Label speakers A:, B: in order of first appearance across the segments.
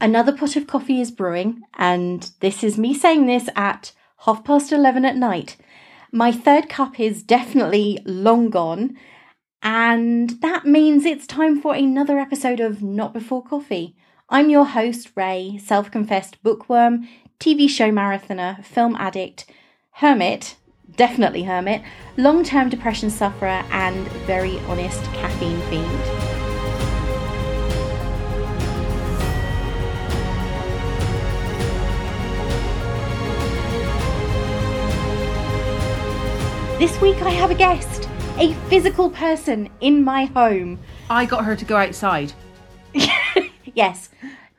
A: Another pot of coffee is brewing, and this is me saying this at half past 11 at night. My third cup is definitely long gone, and that means it's time for another episode of Not Before Coffee. I'm your host, Ray, self confessed bookworm, TV show marathoner, film addict, hermit, definitely hermit, long term depression sufferer, and very honest caffeine fiend. This week I have a guest, a physical person in my home.
B: I got her to go outside.
A: yes,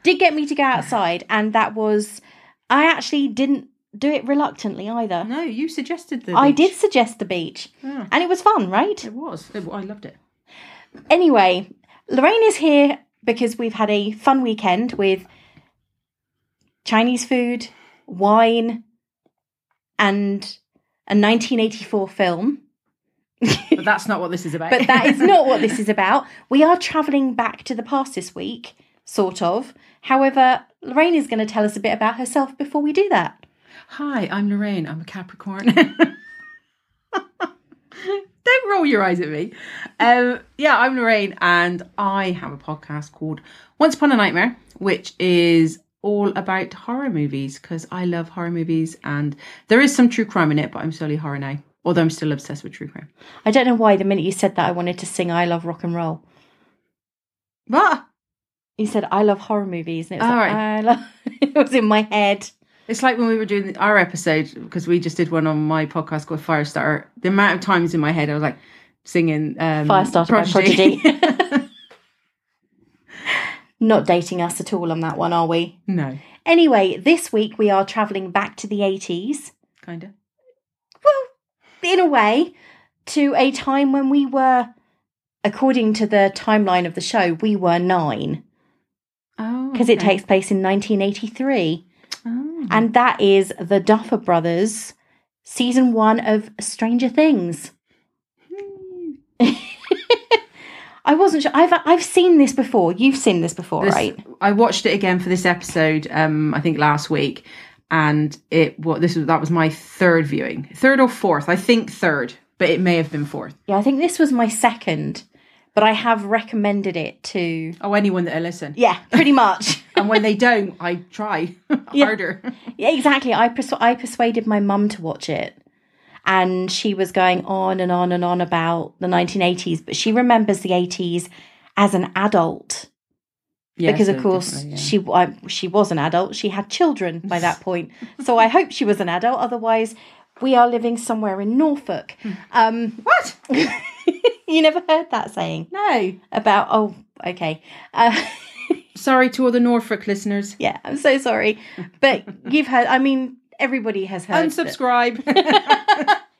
A: did get me to go outside, and that was. I actually didn't do it reluctantly either.
B: No, you suggested the.
A: I
B: beach. Ah.
A: did suggest the beach,
B: Yeah.
A: and it was fun, right?
B: It was. It- I loved it.
A: Anyway, Lorraine is here because we've had a fun weekend with Chinese food, wine, and a 1984 film.
B: But that's not what this is about.
A: But that is not what this is about. We are travelling back to the past this week, sort of. However, Lorraine is going to tell us a bit about herself before we do that.
B: Hi, I'm Lorraine. I'm a Capricorn. Don't roll your eyes at me. Um, yeah, I'm Lorraine, and I have a podcast called Once Upon a Nightmare, which is all about horror movies because I love horror movies, and there is some true crime in it, but I'm solely horror now. Although I'm still obsessed with true crime.
A: I don't know why the minute you said that, I wanted to sing I Love Rock and Roll.
B: But
A: You said I love horror movies, and it was,
B: All
A: like,
B: right.
A: I love... it was in my head.
B: It's like when we were doing our episode because we just did one on my podcast called Firestarter. The amount of times in my head I was like singing um,
A: Firestarter
B: Prodigy.
A: by Prodigy. Not dating us at all on that one, are we?
B: no,
A: Anyway, this week we are travelling back to the 80s.
B: kind of.
A: well, in a way, to a time when we were, according to the timeline of the show, we were nine
B: Oh,
A: because it
B: okay.
A: takes place in 1983,
B: Oh.
A: and that is the Duffer Brothers, season one of Stranger Things.
B: Hmm.
A: I wasn't sure. I've I've seen this before. You've seen this before,
B: This-
A: right?
B: I watched it again for this episode. Um, I think last week, and it was this was that was my third viewing, third or fourth. I think third, but it may have been fourth.
A: Yeah, I think this was my second, but I have recommended it to.
B: Oh, anyone that will listen,
A: Yeah, pretty much.
B: and when they don't, I try
A: Yeah.
B: harder.
A: Yeah, exactly. I persu- I persuaded my mum to watch it, and she was going on and on and on about the 1980s, but she remembers the 80s as an adult
B: Yeah,
A: because,
B: so
A: of course,
B: uh, definitely, yeah.
A: she I, she was an adult. She had children by that point, so I hope she was an adult. Otherwise, we are living somewhere in Norfolk. Um,
B: what?
A: you never heard that saying
B: No,
A: about oh, okay. Uh,
B: sorry to all the Norfolk listeners.
A: yeah, I'm so sorry, but you've heard. I mean, everybody has heard. that-
B: Unsubscribe.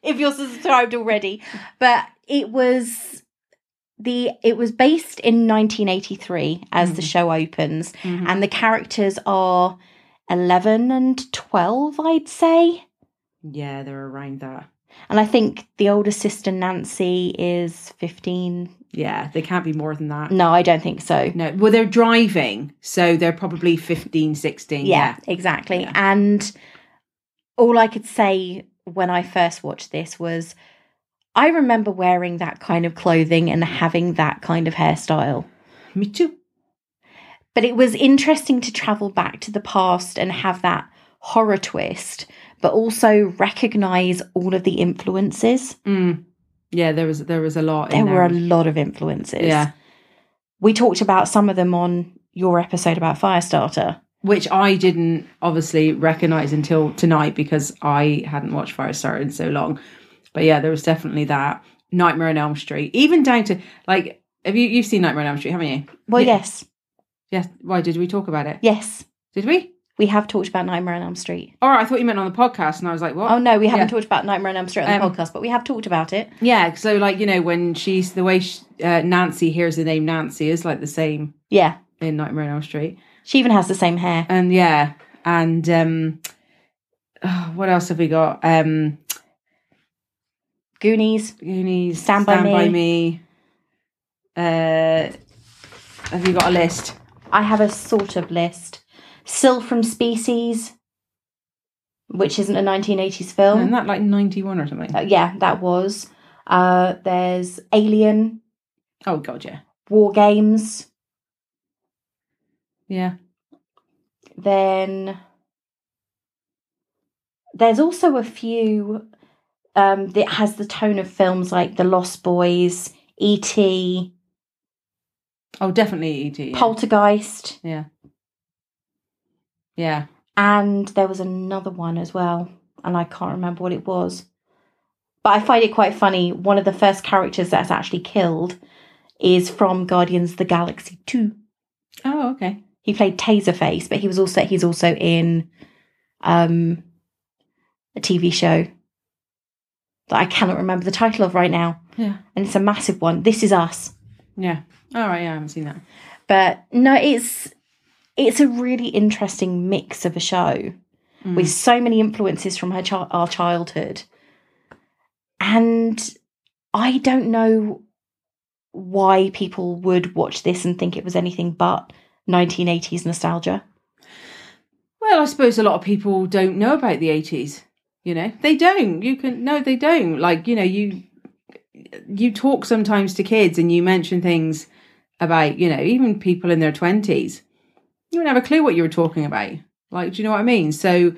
A: if you're subscribed already. But it was the it was based in 1983 as the show opens,
B: Mm-hmm.
A: and the characters are 11 and 12, I'd say.
B: yeah, they're around that.
A: And I think the older sister Nancy is 15.
B: Yeah, they can't be more than that.
A: No, I don't think so.
B: No, well, they're driving, so they're probably 15, 16.
A: Yeah, exactly.
B: Yeah.
A: And all I could say when I first watched this was I remember wearing that kind of clothing and having that kind of hairstyle.
B: Me too.
A: but it was interesting to travel back to the past and have that horror twist but also recognize all of the influences
B: Mm. Yeah, there was there was a lot.
A: there
B: in
A: were a lot of influences
B: yeah,
A: we talked about some of them on your episode about firestarter
B: which I didn't obviously recognize until tonight because I hadn't watched Firestarter in so long. But yeah, there was definitely that Nightmare on Elm Street, even down to like, have you you've seen Nightmare on Elm Street, haven't you?
A: well
B: Yeah.
A: yes
B: Yes. Why did we talk about it?
A: yes
B: Did we?
A: we have talked about nightmare on elm street
B: Or I thought you meant on the podcast, and I was like, what?
A: oh no we haven't
B: Yeah.
A: talked about nightmare on elm street on the
B: Um,
A: podcast but we have talked about it
B: Yeah, so like you know when she's the way she, uh, Nancy hears the name Nancy is like the same
A: yeah
B: in Nightmare on Elm Street,
A: she even has the same hair
B: and yeah, and um, oh, what else have we got? Um,
A: goonies
B: Goonies,
A: Stand By
B: Me. Uh, have you got a list?
A: i have a sort of list Syl from Species, which isn't a 1980s film.
B: Isn't that like 91 or something?
A: Uh, yeah, that was. Uh, there's Alien,
B: Oh, God, yeah.
A: War Games.
B: Yeah.
A: Then there's also a few um, that has the tone of films like The Lost Boys, E E.T.,
B: Oh, definitely E.T. Yeah.
A: Poltergeist,
B: yeah. Yeah.
A: and there was another one as well, and I can't remember what it was. But I find it quite funny. One of the first characters that's actually killed is from Guardians of the Galaxy 2.
B: Oh, okay.
A: He played Taserface, but he was also he's also in um a TV show that I cannot remember the title of right now.
B: Yeah.
A: And it's a massive one. This is us.
B: Yeah. All right. Yeah, I haven't seen that.
A: But no, it's it's a really interesting mix of a show
B: Mm.
A: with so many influences from her chi- our childhood. And I don't know why people would watch this and think it was anything but 1980s nostalgia.
B: Well, I suppose a lot of people don't know about the eighties. You know, they don't. You can no, they don't. Like you know, you you talk sometimes to kids and you mention things about you know even people in their twenties. You wouldn't have a clue what you were talking about. Like, do you know what I mean? So,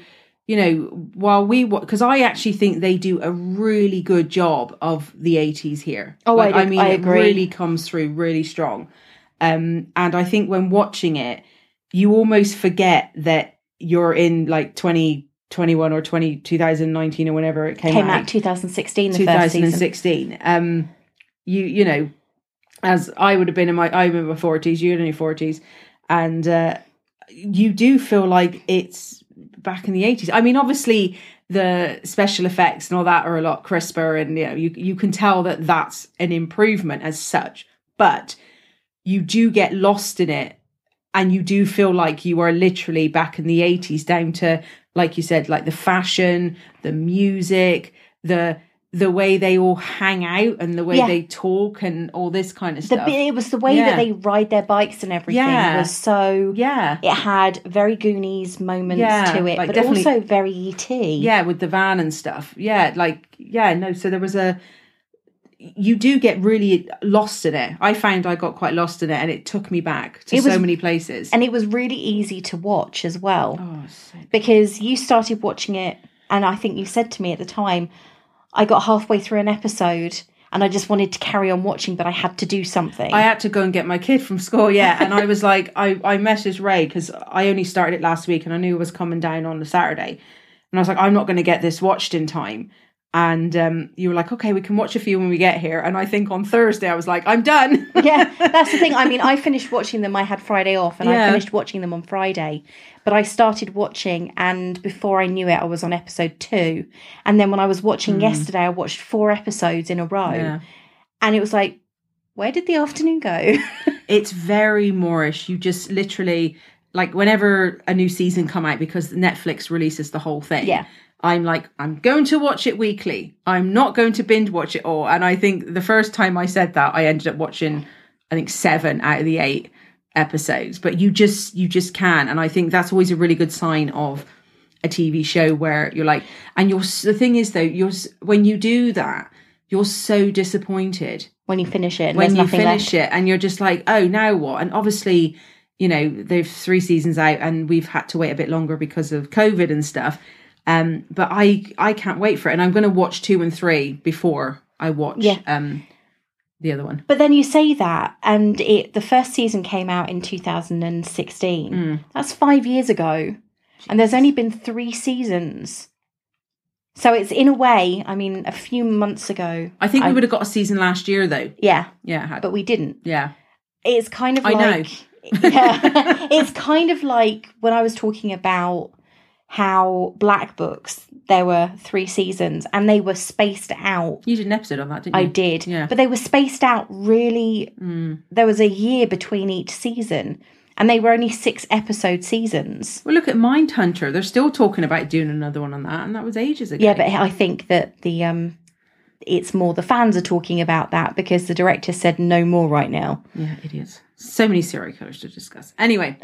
B: you know, while we because I actually think they do a really good job of the eighties here.
A: Oh, I
B: Like,
A: do-
B: mean,
A: I
B: it
A: agree.
B: really comes through really strong. Um, and I think when watching it, you almost forget that you're in like 2021 or 20, 2019 or whenever it came,
A: Came out
B: out,
A: 2016, the first season.
B: 2016. Um, you you know, as I would have been in my I'm in my forties, you're in your forties, and uh, you do feel like it's back in the eighties. I mean, obviously the special effects and all that are a lot crisper, and you know you you can tell that that's an improvement as such, but you do get lost in it. And you do feel like you are literally back in the 80s, down to, like you said, like the fashion, the music, the the way they all hang out and the way
A: Yeah.
B: they talk and all this kind of
A: The,
B: stuff.
A: bi- it was the way
B: Yeah.
A: that they ride their bikes and everything
B: Yeah.
A: was so.
B: yeah.
A: It had very Goonies moments
B: Yeah,
A: to it,
B: like
A: but
B: definitely-
A: also very E ET.
B: Yeah, with the van and stuff. Yeah, like yeah, no, so there was a you do get really lost in it. I found I got quite lost in it and it took me back to
A: It was-
B: so many places.
A: And it was really easy to watch as well.
B: oh, so,
A: because you started watching it and I think you said to me at the time I got halfway through an episode and I just wanted to carry on watching but I had to do something.
B: I had to go and get my kid from school, yeah. And I was like, I, I messaged Ray because I only started it last week and I knew it was coming down on the Saturday. And I was like, I'm not going to get this watched in time. And um, you were like, okay, we can watch a few when we get here. And I think on Thursday, I was like, I'm done.
A: yeah, that's the thing. I mean, I finished watching them. I had Friday off and I
B: Yeah.
A: finished watching them on Friday. But I started watching and before I knew it I was on episode 2. And then when I was watching yesterday I watched four episodes in a row.
B: Hmm. Yeah.
A: And it was like where did the afternoon go?
B: it's very moorish you just literally like whenever a new season come out because netflix releases the whole thing
A: Yeah.
B: i'm like i'm going to watch it weekly i'm not going to binge watch it all and i think the first time i said that i ended up watching i think seven out of the eight episodes but you just you just can and i think that's always a really good sign of a tv show where you're like and you're s- the thing is though you're s- when you do that you're so disappointed
A: when you finish it and
B: when
A: there's
B: you
A: nothing left.
B: finish it and you're just like oh now what and obviously you know they've three seasons out and we've had to wait a bit longer because of covid and stuff um but i i can't wait for it and i'm going to watch two and three before i watch
A: Yeah.
B: um the other one
A: But then you say that, and it the first season came out in 2016.
B: Mm.
A: That's five years ago, and there's only been three seasons. So it's in a way, I mean, a few months ago.
B: i think
A: I-
B: we would have got a season last year though
A: Yeah,
B: yeah I had-
A: but we didn't.
B: yeah
A: It's kind of
B: I know.
A: like yeah, it's kind of like when I was talking about how Black Books there were three seasons and they were spaced out.
B: you did an episode on that didn't you
A: I did,
B: Mm. Yeah.
A: but they were spaced out really
B: Mm.
A: there was a year between each season and they were only six episode seasons
B: well look at mindhunter they're still talking about doing another one on that and that was ages ago
A: yeah but i think that the um it's more the fans are talking about that because the director said no more right now
B: yeah idiots so many serial killers to discuss anyway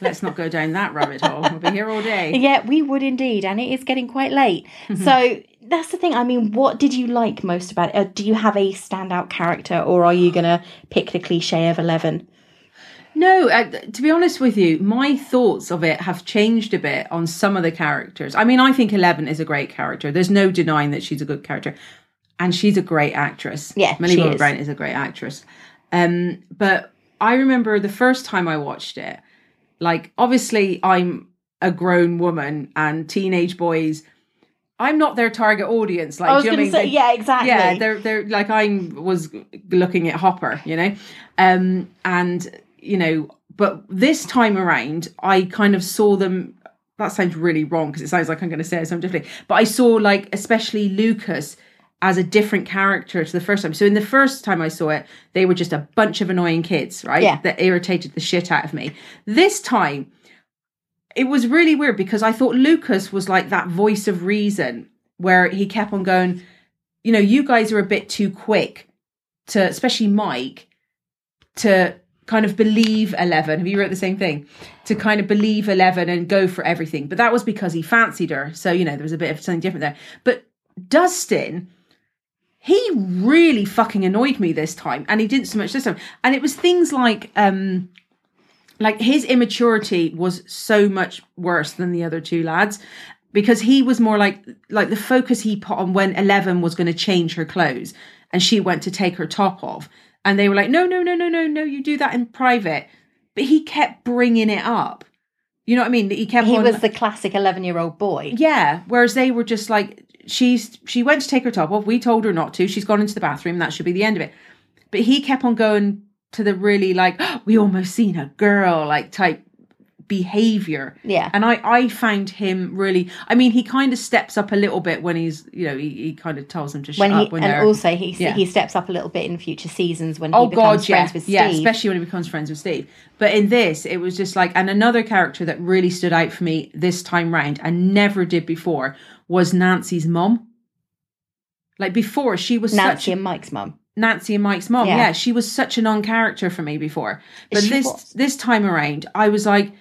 B: let's not go down that rabbit hole. We'll be here all day.
A: Yeah, we would indeed, and it is getting quite late.
B: Mm-hmm.
A: So that's the thing. I mean, what did you like most about it? Uh, Do you have a standout character, or are you going to pick the cliche of Eleven?
B: No, uh, th- to be honest with you, my thoughts of it have changed a bit on some of the characters. I mean, I think Eleven is a great character. There's no denying that she's a good character, and she's a great actress.
A: Yeah,
B: Millie
A: she
B: Bobby
A: is.
B: Brown is a great actress. Um, but I remember the first time I watched it. Like, obviously, I'm a grown woman, and teenage boys. I'm not their target audience. Like,
A: I was
B: do you know
A: going
B: what
A: to
B: mean?
A: say,
B: They-
A: yeah, exactly.
B: yeah, they're they're like I was looking at Hopper, you know, um, and you know, but this time around, I kind of saw them. That sounds really wrong because it sounds like I'm going to say it something differently. But I saw like especially Lucas as a different character to the first time. So in the first time I saw it, they were just a bunch of annoying kids, right?
A: Yeah.
B: That irritated the shit out of me. This time, it was really weird because I thought Lucas was like that voice of reason where he kept on going, you know, you guys are a bit too quick to, especially Mike, to kind of believe Eleven. Have you wrote the same thing? To kind of believe Eleven and go for everything. But that was because he fancied her. So, you know, there was a bit of something different there. But Dustin, he really fucking annoyed me this time. And he didn't so much this time. And it was things like, um, like his immaturity was so much worse than the other two lads because he was more like like the focus he put on when Eleven was going to change her clothes and she went to take her top off and they were like no no no no no no you do that in private but he kept bringing it up you know what I mean he kept
A: he
B: on,
A: was the classic eleven-year-old boy.
B: yeah. Whereas they were just like, she's she went to take her top off. We told her not to. She's gone into the bathroom. That should be the end of it. But he kept on going to the really like, we almost seen a girl like type behavior.
A: Yeah.
B: And I I found him really. I mean, he kind of steps up a little bit when he's you know he, he kind of tells them to shut
A: When he
B: up when
A: and
B: they're
A: also he
B: yeah.
A: he steps up a little bit in future seasons when
B: oh
A: he becomes
B: god yeah
A: friends with
B: yeah
A: Steve.
B: especially when he becomes friends with steve but in this it was just like and another character that really stood out for me this time round and never did before was nancy's mom like before she was
A: Nancy
B: such
A: and Mike's mum.
B: nancy and mike's mom yeah.
A: Yeah.
B: she was such a non-character for me before but
A: She
B: this
A: was.
B: this time around i was like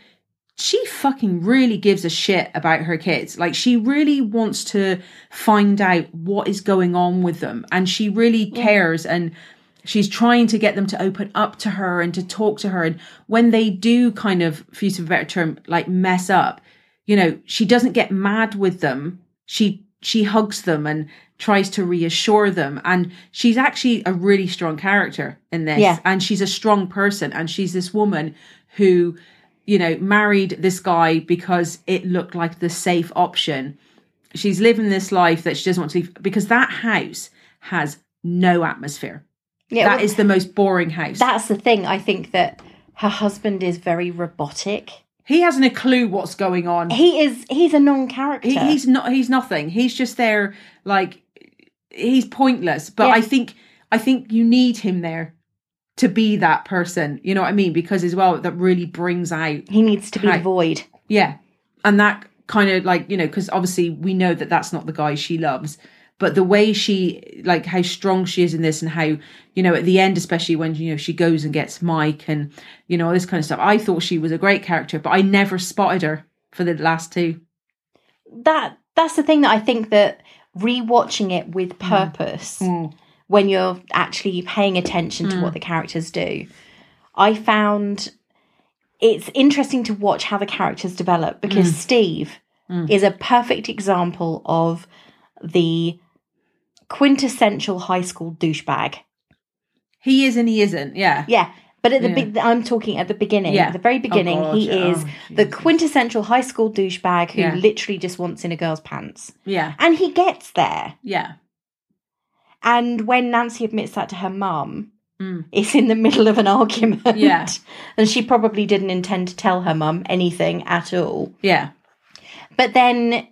B: she fucking really gives a shit about her kids. Like she really wants to find out what is going on with them and she really cares and she's trying to get them to open up to her and to talk to her and when they do kind of for use of a better term like mess up, you know, she doesn't get mad with them. She she hugs them and tries to reassure them and she's actually a really strong character in this
A: Yeah.
B: and she's a strong person and she's this woman who you know, married this guy because it looked like the safe option. She's living this life that she doesn't want to leave because that house has no atmosphere.
A: Yeah,
B: That
A: well,
B: is the most boring house.
A: that's the thing. I think that her husband is very robotic.
B: he hasn't a clue what's going on.
A: He is he's a non-character.
B: He, he's not. He's nothing. He's just there, like he's pointless. But
A: Yeah.
B: I think I think you need him there to be that person. You know what I mean? Because as well, that really brings out
A: he needs to be
B: Hi.
A: the void.
B: Yeah. And that kind of like, you know, because obviously we know that that's not the guy she loves. But the way she, like, how strong she is in this, and how, you know, at the end, especially when, you know, she goes and gets Mike and, you know, all this kind of stuff, I thought she was a great character, but I never spotted her for the last two.
A: That that's the thing that I think that rewatching it
B: Mm.
A: with purpose when you're actually paying attention to
B: Mm.
A: what the characters do. I found it's interesting to watch how the characters develop because
B: Mm.
A: Steve is a perfect example of the quintessential high school douchebag.
B: He is and he isn't. Yeah.
A: Yeah, but at the
B: Yeah.
A: big, I'm talking at the beginning,
B: Yeah. Oh,
A: at the very beginning,
B: God,
A: he
B: yeah.
A: is
B: Oh,
A: the
B: Jesus.
A: quintessential high school douchebag who
B: Yeah.
A: literally just wants in a girl's pants,
B: Yeah.
A: and he gets there.
B: Yeah.
A: And when Nancy admits that to her mum,
B: Mm.
A: it's in the middle of an argument.
B: Yeah.
A: and she probably didn't intend to tell her mum anything at all.
B: Yeah.
A: But then,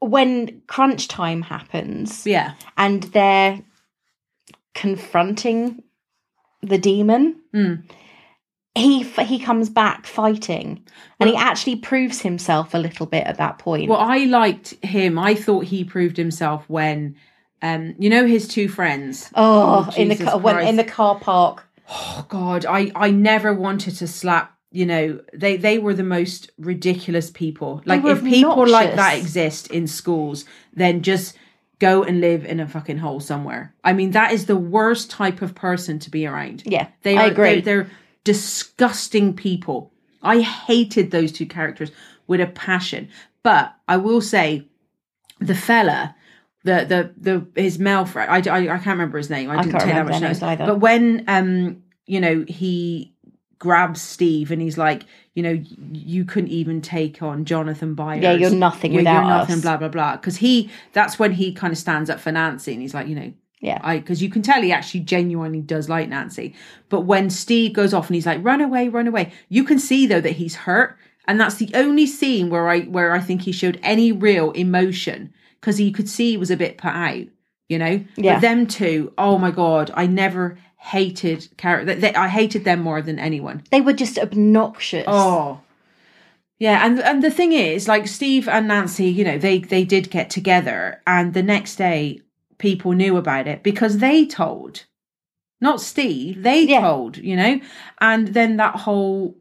A: when crunch time happens
B: Yeah.
A: and they're confronting the demon.
B: Mm.
A: he f- he comes back fighting and he actually proves himself a little bit at that point
B: Well, I liked him. I thought he proved himself when, um, you know, his two friends.
A: oh,
B: Oh,
A: in the
B: Jesus
A: car, when,
B: Christ.
A: in the car park
B: Oh God, I I never wanted to slap you know they they were the most ridiculous people like
A: were
B: if people like
A: obnoxious.
B: that exist in schools then just go and live in a fucking hole somewhere i mean that is the worst type of person to be around
A: Yeah,
B: they
A: I
B: are
A: agree.
B: They're, they're disgusting people i hated those two characters with a passion but i will say the fella the the the his male friend i, I, I can't remember his name i, didn't
A: can't
B: take that
A: remember
B: much
A: their
B: notice
A: names either.
B: but when um you know he grabs steve and he's like you know you couldn't even take on jonathan byers
A: Yeah, you're nothing without
B: nothing
A: us.
B: blah blah blah because he that's when he kind of stands up for nancy and he's like you know
A: Yeah.
B: I because you can tell he actually genuinely does like Nancy. But when Steve goes off and he's like, run away, run away, you can see though that he's hurt. And that's the only scene where I where I think he showed any real emotion. Because you could see he was a bit put out, you know?
A: Yeah.
B: But them two, oh my god, I never hated character. They, I hated them more than anyone.
A: They were just obnoxious.
B: Oh. Yeah, and and the thing is, like Steve and Nancy, you know, they they did get together and the next day people knew about it because they told. Not Steve, they
A: Yeah.
B: told, you know. And then that whole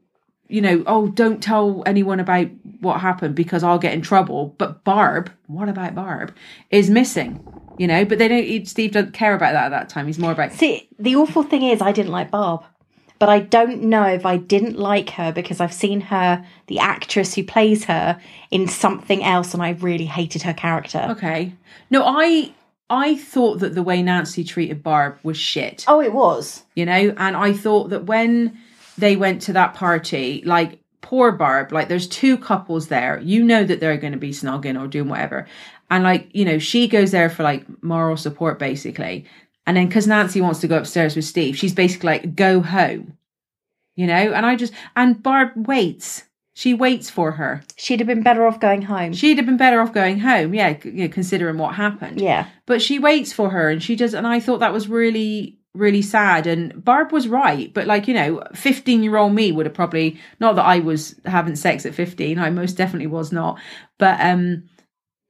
B: you know, oh, don't tell anyone about what happened because I'll get in trouble. But Barb, what about Barb? Is missing, you know. But they don't. Steve doesn't care about that at that time. He's more about
A: See, the awful thing is, I didn't like Barb, but I don't know if I didn't like her because I've seen her, the actress who plays her, in something else, and I really hated her character.
B: okay. No, I I thought that the way Nancy treated Barb was shit.
A: Oh, it was.
B: you know and i thought that when they went to that party like poor barb like there's two couples there you know that they're going to be snogging or doing whatever and like you know she goes there for like moral support basically and then because nancy wants to go upstairs with steve she's basically like go home you know and i just and barb waits she waits for her
A: She'd have been better off going home.
B: she'd have been better off going home yeah c- you know, considering what happened
A: yeah.
B: but she waits for her and she does and i thought that was really really sad and barb was right but like you know 15 year old me would have probably not that i was having sex at 15 i most definitely was not but um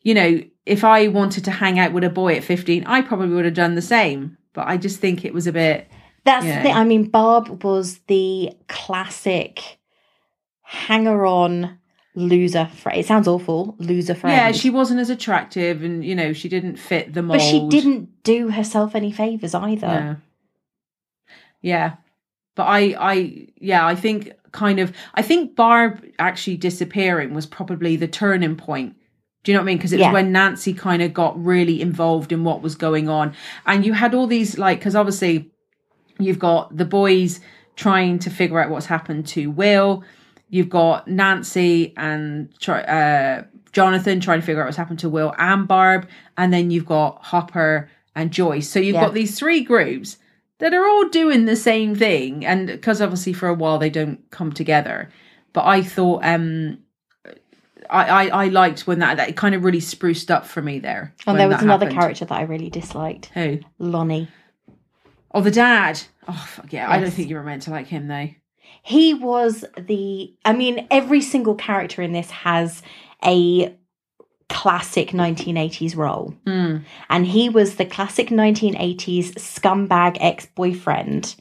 B: you know if i wanted to hang out with a boy at 15 i probably would have done the same but i just think it was a bit
A: That's
B: Yeah.
A: the thing. I mean, Barb was the classic hanger on loser friend. It sounds awful, loser friend.
B: yeah she wasn't as attractive and you know she didn't fit the mold
A: But she didn't do herself any favours either.
B: Yeah. Yeah. But I I yeah, I think kind of I think Barb actually disappearing was probably the turning point. Do you know what I mean? Because it
A: Yeah.
B: was when Nancy kind of got really involved in what was going on. And you had all these like because obviously you've got the boys trying to figure out what's happened to Will. You've got Nancy and try, uh, Jonathan trying to figure out what's happened to Will and Barb, and then you've got Hopper and Joyce. So you've
A: Yeah.
B: got these three groups that are all doing the same thing, and because obviously for a while they don't come together. But I thought um, I, I I liked when that that kind of really spruced up for me there.
A: And
B: when
A: there was
B: that
A: another
B: happened.
A: character that I really disliked
B: Who?
A: Lonnie.
B: Oh, the dad. Oh, fuck yeah. I don't
A: Yes.
B: think you were meant to like him, though.
A: He was the, I mean, every single character in this has a classic 1980s role.
B: Mm.
A: And he was the classic 1980s scumbag ex boyfriend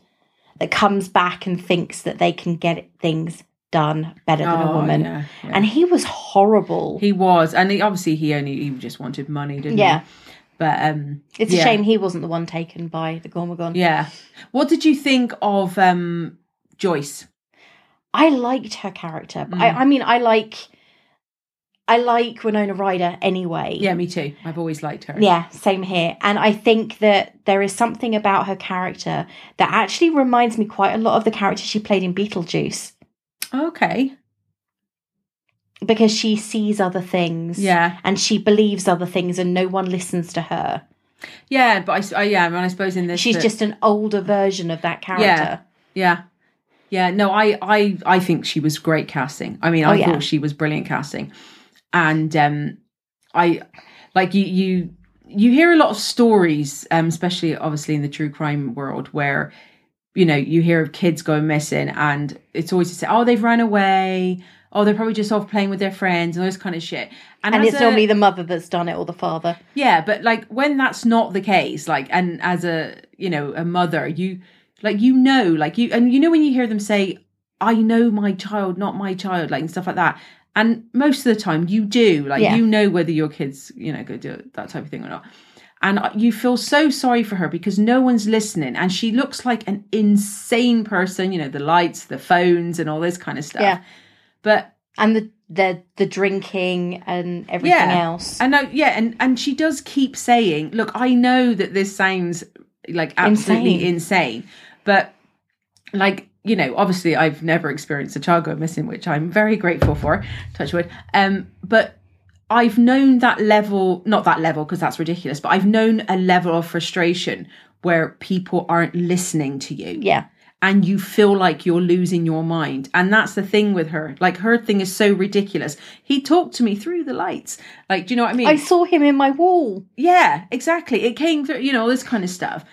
A: that comes back and thinks that they can get things done better than a woman.
B: Oh, yeah, yeah.
A: And he was horrible.
B: he was, and he, obviously he only he just wanted money, didn't he?
A: yeah.
B: But um,
A: It's
B: yeah,
A: a shame he wasn't the one taken by the Gormagon.
B: Yeah. What did you think of um Joyce?
A: I liked her character. but
B: Mm.
A: I, I mean, I like. I like Winona Ryder anyway.
B: Yeah, me too. I've always liked her.
A: Yeah, same here. And I think that there is something about her character that actually reminds me quite a lot of the character she played in Beetlejuice
B: Okay.
A: because she sees other things.
B: Yeah.
A: And she believes other things and no one listens to her.
B: Yeah, but I, s- I- yeah, and I suppose in this
A: She's
B: that-
A: just an older version of that character.
B: Yeah. Yeah. No, I I I think she was great casting. I mean,
A: Oh,
B: I
A: yeah.
B: thought she was brilliant casting. And um I like you you you hear a lot of stories, um, especially obviously in the true crime world where you know, you hear of kids going missing and it's always to say, Oh, they've run away, oh, they're probably just off playing with their friends and all this kind of shit.
A: And
B: as
A: it's
B: a-
A: normally the mother that's done it or the father.
B: yeah, but like when that's not the case, like and as a you know a mother, you like you know, like you and you know when you hear them say, I know my child, not my child, like and stuff like that. And most of the time, you do, like
A: Yeah.
B: you know whether your kids, you know, go do it, that type of thing or not. And I- you feel so sorry for her because no one's listening, and she looks like an insane person. You know, the lights, the phones, and all this kind of stuff.
A: Yeah.
B: But
A: and the the the drinking and everything
B: Yeah.
A: else.
B: and I, yeah, and and she does keep saying, "Look, I know that this sounds like absolutely insane, but like you know, obviously, I've never experienced a child go missing, which I'm very grateful for. Touch wood. Um, but I've known that level, not that level because that's ridiculous, but I've known a level of frustration where people aren't listening to you
A: yeah,
B: and you feel like you're losing your mind. And that's the thing with her. Like her thing is so ridiculous. He talked to me through the lights. Like, do you know what I mean?
A: I saw him in my wall.
B: yeah, exactly. It came through, you know, all this kind of stuff.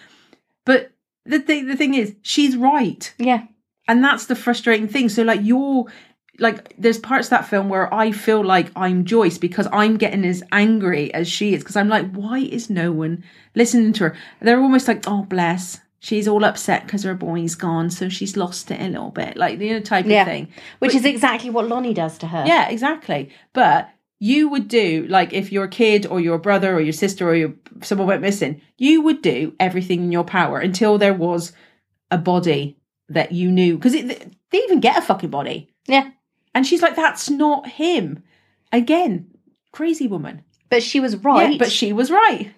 B: But the thing the thing is, she's right.
A: Yeah,
B: And that's the frustrating thing. So like you're like there's parts of that film where I feel like I'm Joyce because I'm getting as angry as she is because I'm like, why is no one listening to her? They're almost like, oh bless, she's all upset because her boy's gone, so she's lost it a little bit, like the you know, type
A: Yeah.
B: of thing.
A: which
B: But-
A: is exactly what Lonnie does to her.
B: yeah, exactly. But you would do like if your kid or your brother or your sister or your someone went missing, you would do everything in your power until there was a body that you knew because they even get a fucking body.
A: Yeah.
B: and she's like, "That's not him." Again, crazy woman.
A: but she was right.
B: Yeah, but she was right.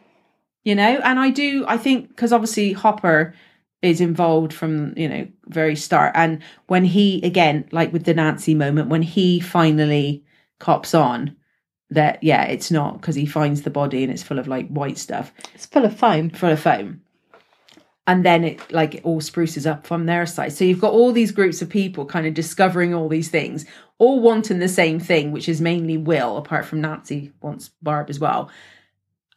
B: You know, and I do. I think because obviously Hopper is involved from you know very start, and when he again, like with the Nancy moment, when he finally cops on that yeah, it's not because he finds the body and it's full of like white stuff,
A: it's full of foam.
B: full of foam. And then it like it all spruces up from their side. So you've got all these groups of people kind of discovering all these things, all wanting the same thing, which is mainly Will, apart from Nancy wants Barb as well.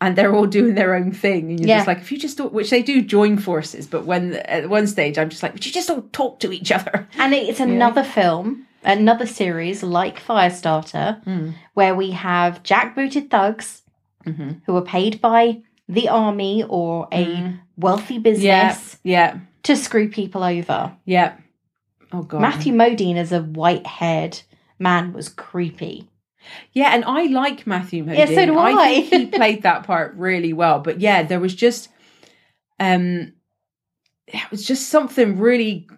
B: And they're all doing their own thing, and you're
A: Yeah.
B: just like, if you just, all- which they do join forces, but when at one stage I'm just like, would you just all talk to each other?
A: And it's another film, another series like Firestarter, where we have jackbooted thugs
B: Mhm.
A: who are paid by the army or a wealthy business
B: Hmm. Yeah, Mm-hmm. yeah,
A: to screw people over.
B: yeah. Oh god,
A: Matthew Modine as a white-haired man was creepy.
B: Yeah, and I like Matthew Modine.
A: Yeah, so do I.
B: think he played that part really well. But yeah, there was just um it was just something really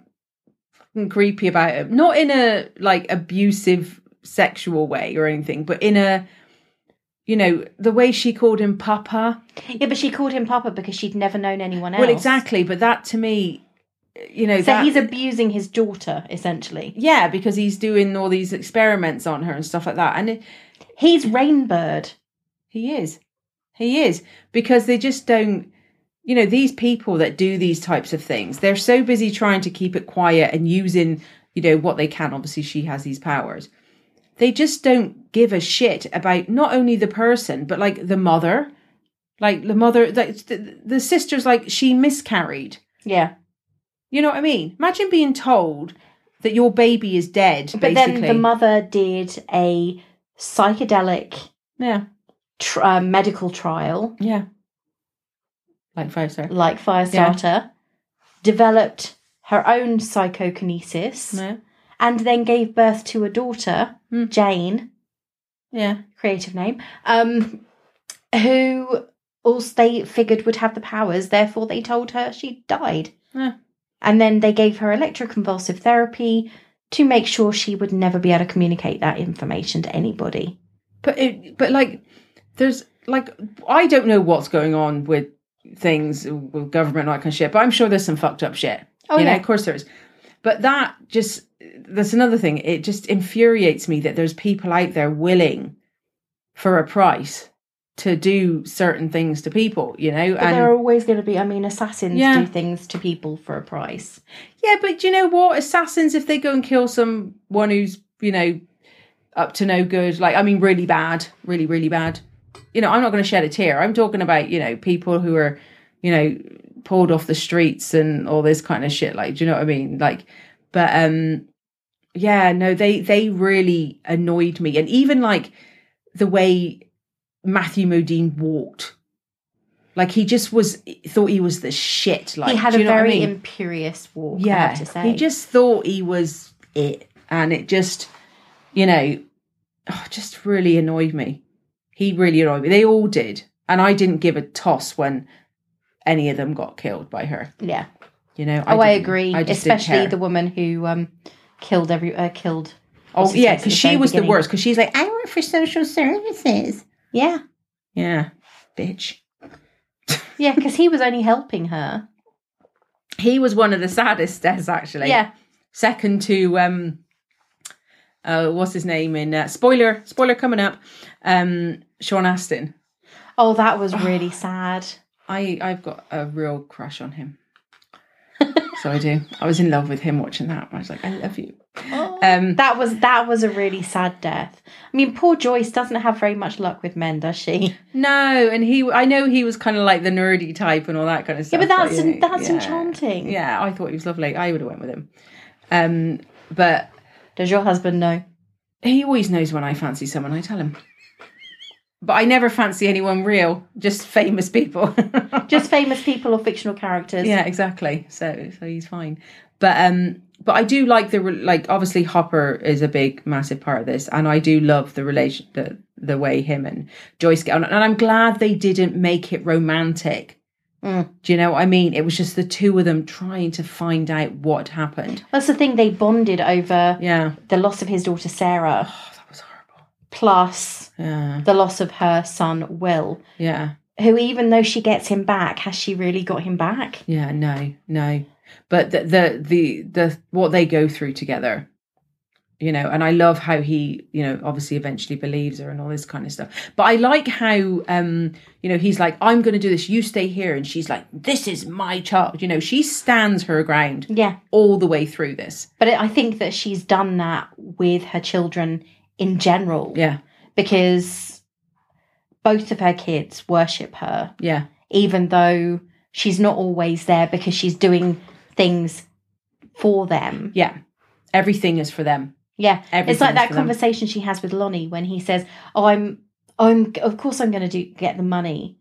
B: fucking creepy about him. Not in a like abusive sexual way or anything, but in a you know, the way she called him Papa.
A: Yeah, but she called him Papa because she'd never known anyone else.
B: Well, exactly, but that to me you know
A: So
B: that,
A: he's abusing his daughter, essentially.
B: yeah, because he's doing all these experiments on her and stuff like that. And it,
A: He's Rainbird.
B: He is. He is. Because they just don't, you know, these people that do these types of things, they're so busy trying to keep it quiet and using, you know, what they can. Obviously, she has these powers. They just don't give a shit about not only the person, but like the mother. Like the mother, like, the, the sister's like, she miscarried.
A: Yeah.
B: You know what I mean? Imagine being told that your baby is dead,
A: But
B: basically.
A: then the mother did a psychedelic
B: yeah,
A: tr- uh, medical trial,
B: yeah. Like Firestar.
A: like Firestarter, developed her own psychokinesis,
B: Yeah.
A: and then gave birth to a daughter,
B: Hmm.
A: Jane,
B: Yeah.
A: creative name, um, who also they figured would have the powers, therefore they told her she died.
B: Yeah.
A: And then they gave her electroconvulsive therapy to make sure she would never be able to communicate that information to anybody.
B: But it, but like, there's like, I don't know what's going on with things with government and all that kind of shit. But I'm sure there's some fucked up shit.
A: Oh,
B: You know,
A: yeah.
B: of course there is. But that just that's another thing. It just infuriates me that there's people out there willing for a price to do certain things to people. You know,
A: But there are always going to be, I mean, assassins
B: Yeah.
A: do things to people for a price.
B: Yeah, but do you know what? Assassins, if they go and kill someone who's, you know, up to no good, like, I mean, really bad, really, really bad, you know, I'm not going to shed a tear. I'm talking about, you know, people who are, you know, pulled off the streets and all this kind of shit. Like, do you know what I mean? Like, but, um, yeah, no, they, they really annoyed me. And even like the way Matthew Modine walked, like he just was, thought he was the shit. Like,
A: he had
B: do
A: a
B: you know what I
A: very
B: mean?
A: imperious walk, I
B: yeah
A: have to say.
B: he just thought he was it. And it just, you know, oh, just really annoyed me. He really annoyed me. They all did. And I didn't give a toss when any of them got killed by her.
A: Yeah.
B: You know,
A: Oh, I,
B: didn't.
A: agree.
B: I just didn't
A: Especially
B: care.
A: the woman who um, killed every uh, killed.
B: Oh,
A: Aussie
B: yeah,
A: Texas at
B: because
A: the
B: she
A: very
B: was the
A: beginning.
B: worst. Because she's like, I work for social services.
A: Yeah,
B: Yeah, bitch.
A: yeah, because he was only helping her.
B: He was one of the saddest deaths, actually.
A: yeah,
B: Second to um, uh, what's his name in uh, spoiler spoiler coming up, um, Sean Astin.
A: Oh, that was really sad.
B: I I've got a real crush on him. so I do. I was in love with him watching that. I was like, I love you. Um,
A: That was that was a really sad death. I mean, poor Joyce doesn't have very much luck with men, does she?
B: no, and he. I know he was kind of like the nerdy type and all that kind of
A: Yeah,
B: stuff.
A: but that's
B: you know,
A: that's
B: yeah.
A: enchanting.
B: Yeah, I thought he was lovely. I would have went with him. Um, but
A: Does your husband know?
B: he always knows when I fancy someone. I tell him. But I never fancy anyone real, just famous people.
A: Just famous people or fictional characters.
B: yeah, exactly. So so he's fine. But um, but I do like the re- like obviously Hopper is a big massive part of this, and I do love the relation the the way him and Joyce get on, and I'm glad they didn't make it romantic.
A: Mm.
B: Do you know what I mean? It was just the two of them trying to find out what happened.
A: That's the thing. They bonded over
B: Yeah,
A: the loss of his daughter Sarah,
B: oh, that was horrible.
A: plus
B: Yeah,
A: the loss of her son Will.
B: yeah.
A: Who, even though she gets him back, has she really got him back?
B: Yeah, no, no. But the, the the the what they go through together, you know, and I love how he, you know, obviously eventually believes her and all this kind of stuff. But I like how um, you know, he's like, I'm gonna do this, you stay here, and she's like, This is my child. You know, she stands her ground
A: Yeah,
B: all the way through this.
A: but I think that she's done that with her children in general.
B: Yeah,
A: because both of her kids worship her,
B: yeah,
A: even though she's not always there because she's doing things for them.
B: yeah. Everything is for them.
A: Yeah.
B: Everything
A: It's like
B: is
A: that
B: for them.
A: conversation she has with Lonnie when he says, "Oh, I'm, I'm, of course I'm going to do get the money.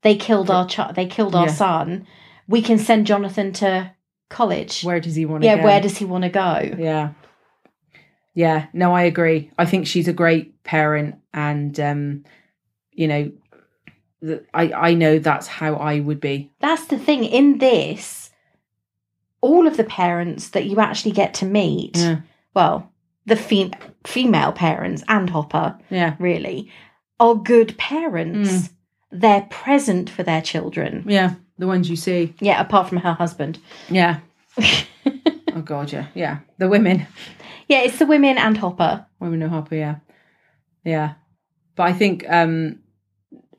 A: They killed our child. They killed our
B: Yeah.
A: son. We can send Jonathan to college.
B: Where does he want to
A: yeah,
B: go?
A: where does he want to go?
B: Yeah. Yeah, no, I agree. I think she's a great parent and um you know th- I I know that's how I would be.
A: That's the thing. In this, all of the parents that you actually get to meet."
B: Yeah.
A: well, the fem- female parents and Hopper
B: Yeah.
A: really are good parents.
B: Mm.
A: They're present for their children.
B: Yeah, the ones you see.
A: Yeah, apart from her husband.
B: Yeah. oh god, yeah. Yeah. The women.
A: Yeah, it's the women and Hopper.
B: Women of Harper, yeah. Yeah. But I think um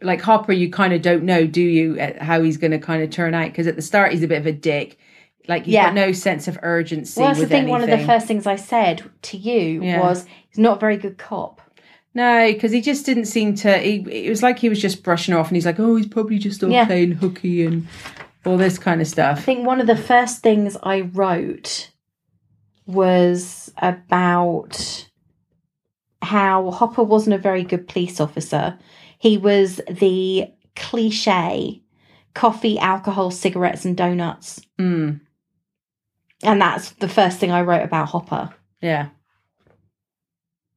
B: like Harper you kind of don't know, do you, uh, how he's going to kind of turn out because at the start he's a bit of a dick. Like he's
A: Yeah.
B: got no sense of urgency
A: well, that's the
B: with
A: thing.
B: anything.
A: One of the first things I said to you
B: Yeah.
A: was he's not a very good cop.
B: No, because he just didn't seem to. He, it was like he was just brushing her off, and he's like, "Oh, he's probably just all
A: Yeah.
B: playing hooky and all this kind of
A: I
B: stuff."
A: think one of the first things I wrote was about how Hopper wasn't a very good police officer. He was the cliche coffee, alcohol, cigarettes, and donuts.
B: Mm,
A: And that's the first thing I wrote about Hopper.
B: yeah,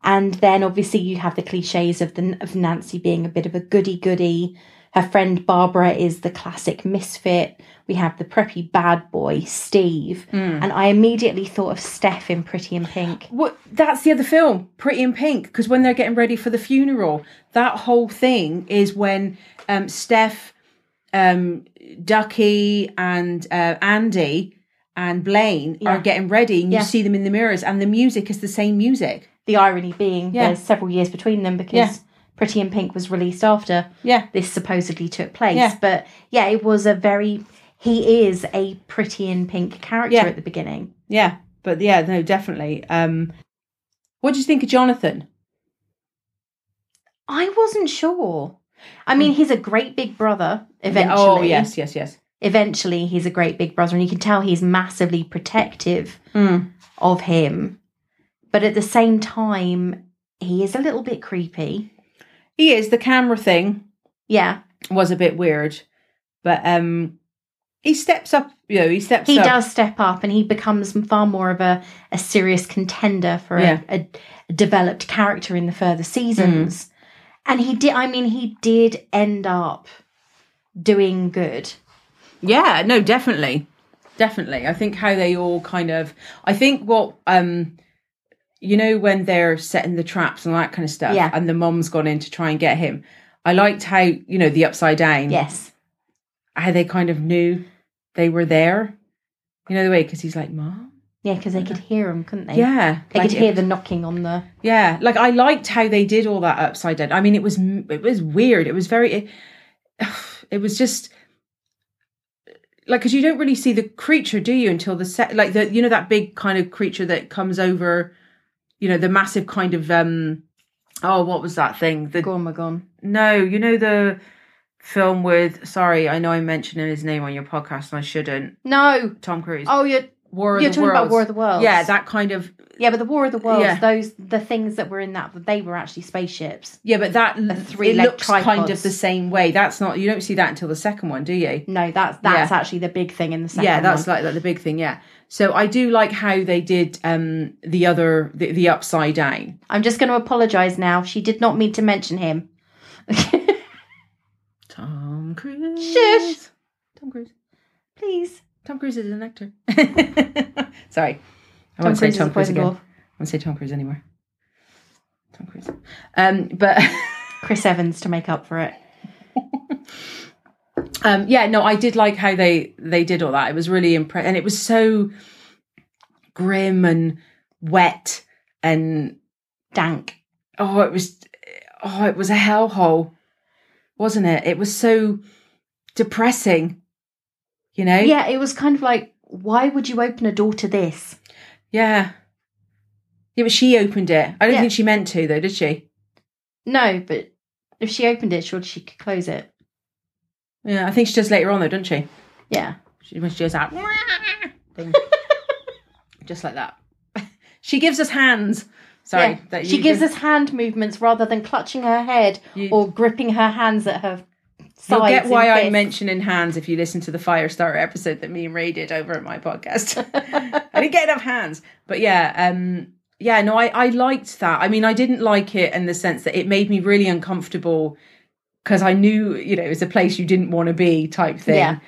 A: And then obviously you have the cliches of the of Nancy being a bit of a goody goody. Her friend Barbara is the classic misfit. We have the preppy bad boy Steve,
B: mm.
A: and I immediately thought of Steph in Pretty in Pink.
B: What? That's the other film, Pretty in Pink, because when they're getting ready for the funeral, that whole thing is when um, Steph, um, Ducky, and uh, Andy and Blaine
A: Yeah.
B: are getting ready, and
A: Yeah.
B: you see them in the mirrors, and the music is the same music.
A: The irony being
B: Yeah.
A: there's several years between them because
B: Yeah.
A: Pretty in Pink was released after
B: Yeah,
A: this supposedly took place.
B: Yeah.
A: But yeah, it was a very he is a Pretty in Pink character
B: Yeah.
A: at the beginning.
B: yeah, but yeah, no, definitely. Um, what do you think of Jonathan?
A: I wasn't sure. I mean, he's a great big brother
B: Hmm. Yeah,
A: eventually.
B: Oh yes, yes, yes.
A: Eventually, he's a great big brother, and you can tell he's massively protective
B: Mm.
A: of him. But at the same time, he is a little bit creepy.
B: He is. The camera thing
A: Yeah.
B: was a bit weird, but um, he steps up. You know, he steps.
A: He
B: up.
A: does step up and he becomes far more of a, a serious contender for
B: Yeah.
A: a, a developed character in the further
B: Mm.
A: seasons. And he did, I mean, he did end up doing good.
B: Yeah, no, definitely. Definitely. I think how they all kind of I think what um you know when they're setting the traps and that kind of stuff
A: Yeah.
B: and the mom's gone in to try and get him. I liked how, you know, the upside down
A: Yes.
B: how they kind of knew they were there. You know the way because he's like, "Mom?"
A: Yeah, because they could hear him, couldn't they?
B: Yeah.
A: They
B: like
A: could
B: it-
A: hear the knocking on the.
B: Yeah, like I liked how they did all that upside down. I mean, it was it was weird. It was very it, it was just like because you don't really see the creature, do you? Until the set, like the you know that big kind of creature that comes over, you know, the massive kind of um oh what was that thing? The
A: Gormagon.
B: no, you know the film with sorry, I know I'm mentioning his name on your podcast and I shouldn't.
A: No.
B: Tom Cruise.
A: Oh, you're
B: War of
A: you're
B: the
A: talking about
B: Worlds.
A: War of the Worlds.
B: Yeah, that kind of
A: yeah, but the War of the Worlds.
B: Yeah.
A: Those the things that were in that they were actually spaceships.
B: Yeah, but that it
A: three-legged
B: looks kind of
A: tripods.
B: the same way. That's not you don't see that until the second one, do you?
A: No, that's that's actually the big thing in the second.
B: yeah, that's
A: one.
B: like, like the big thing. Yeah. So I do like how they did um the other the, the upside down.
A: I'm just going to apologise now. She did not mean to mention him.
B: Tom Cruise.
A: Shush.
B: Tom Cruise.
A: Please.
B: Tom Cruise is an actor. Sorry, I
A: Tom
B: won't say
A: Cruise is a
B: Tom Cruise
A: poison
B: again.
A: dwarf.
B: I won't say Tom Cruise anymore. Tom Cruise. Um, but.
A: Chris Evans to make up for it.
B: um yeah no i did like how they they did all that it was really impressive and it was so grim and wet and
A: Dank.
B: oh it was oh it was a hellhole wasn't it it was so depressing you know
A: Yeah, it was kind of like, why would you open a door to this?
B: yeah yeah but she opened it i don't
A: Yeah.
B: think she meant to though did she
A: No, but if she opened it, surely she could close it.
B: yeah i think she does later on though doesn't she
A: Yeah.
B: She, when she goes out, thing. just like that. she gives us hands. Sorry,
A: Yeah. she gives us hand movements rather than clutching her head
B: You-
A: or gripping her hands at her sides.
B: You'll get
A: and
B: why I'm
A: fists.
B: mentioning hands if you listen to the Firestarter episode that me and Ray did over at my podcast. I didn't get enough hands, but yeah, um, yeah, no, I I liked that. I mean, I didn't like it in the sense that it made me really uncomfortable because I knew you know it's a place you didn't want to be type thing.
A: Yeah.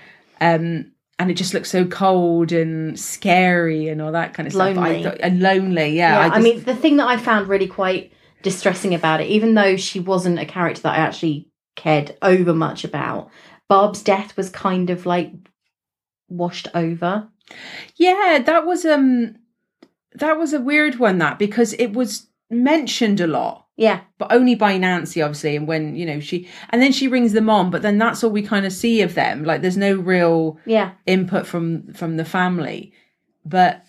B: Um, and it just looked so cold and scary and all that kind of stuff. I
A: Lonely.
B: thought, and lonely, yeah.
A: Yeah, I,
B: just-
A: mean, the thing that I found really quite distressing about it, even though she wasn't a character that I actually cared over much about, Barb's death was kind of like washed over.
B: Yeah, that was um that was a weird one that because it was mentioned a lot,
A: Yeah,
B: but only by Nancy obviously and when, you know, she and then she rings them on, but then that's all we kind of see of them. Like there's no real
A: yeah.
B: input from from the family. But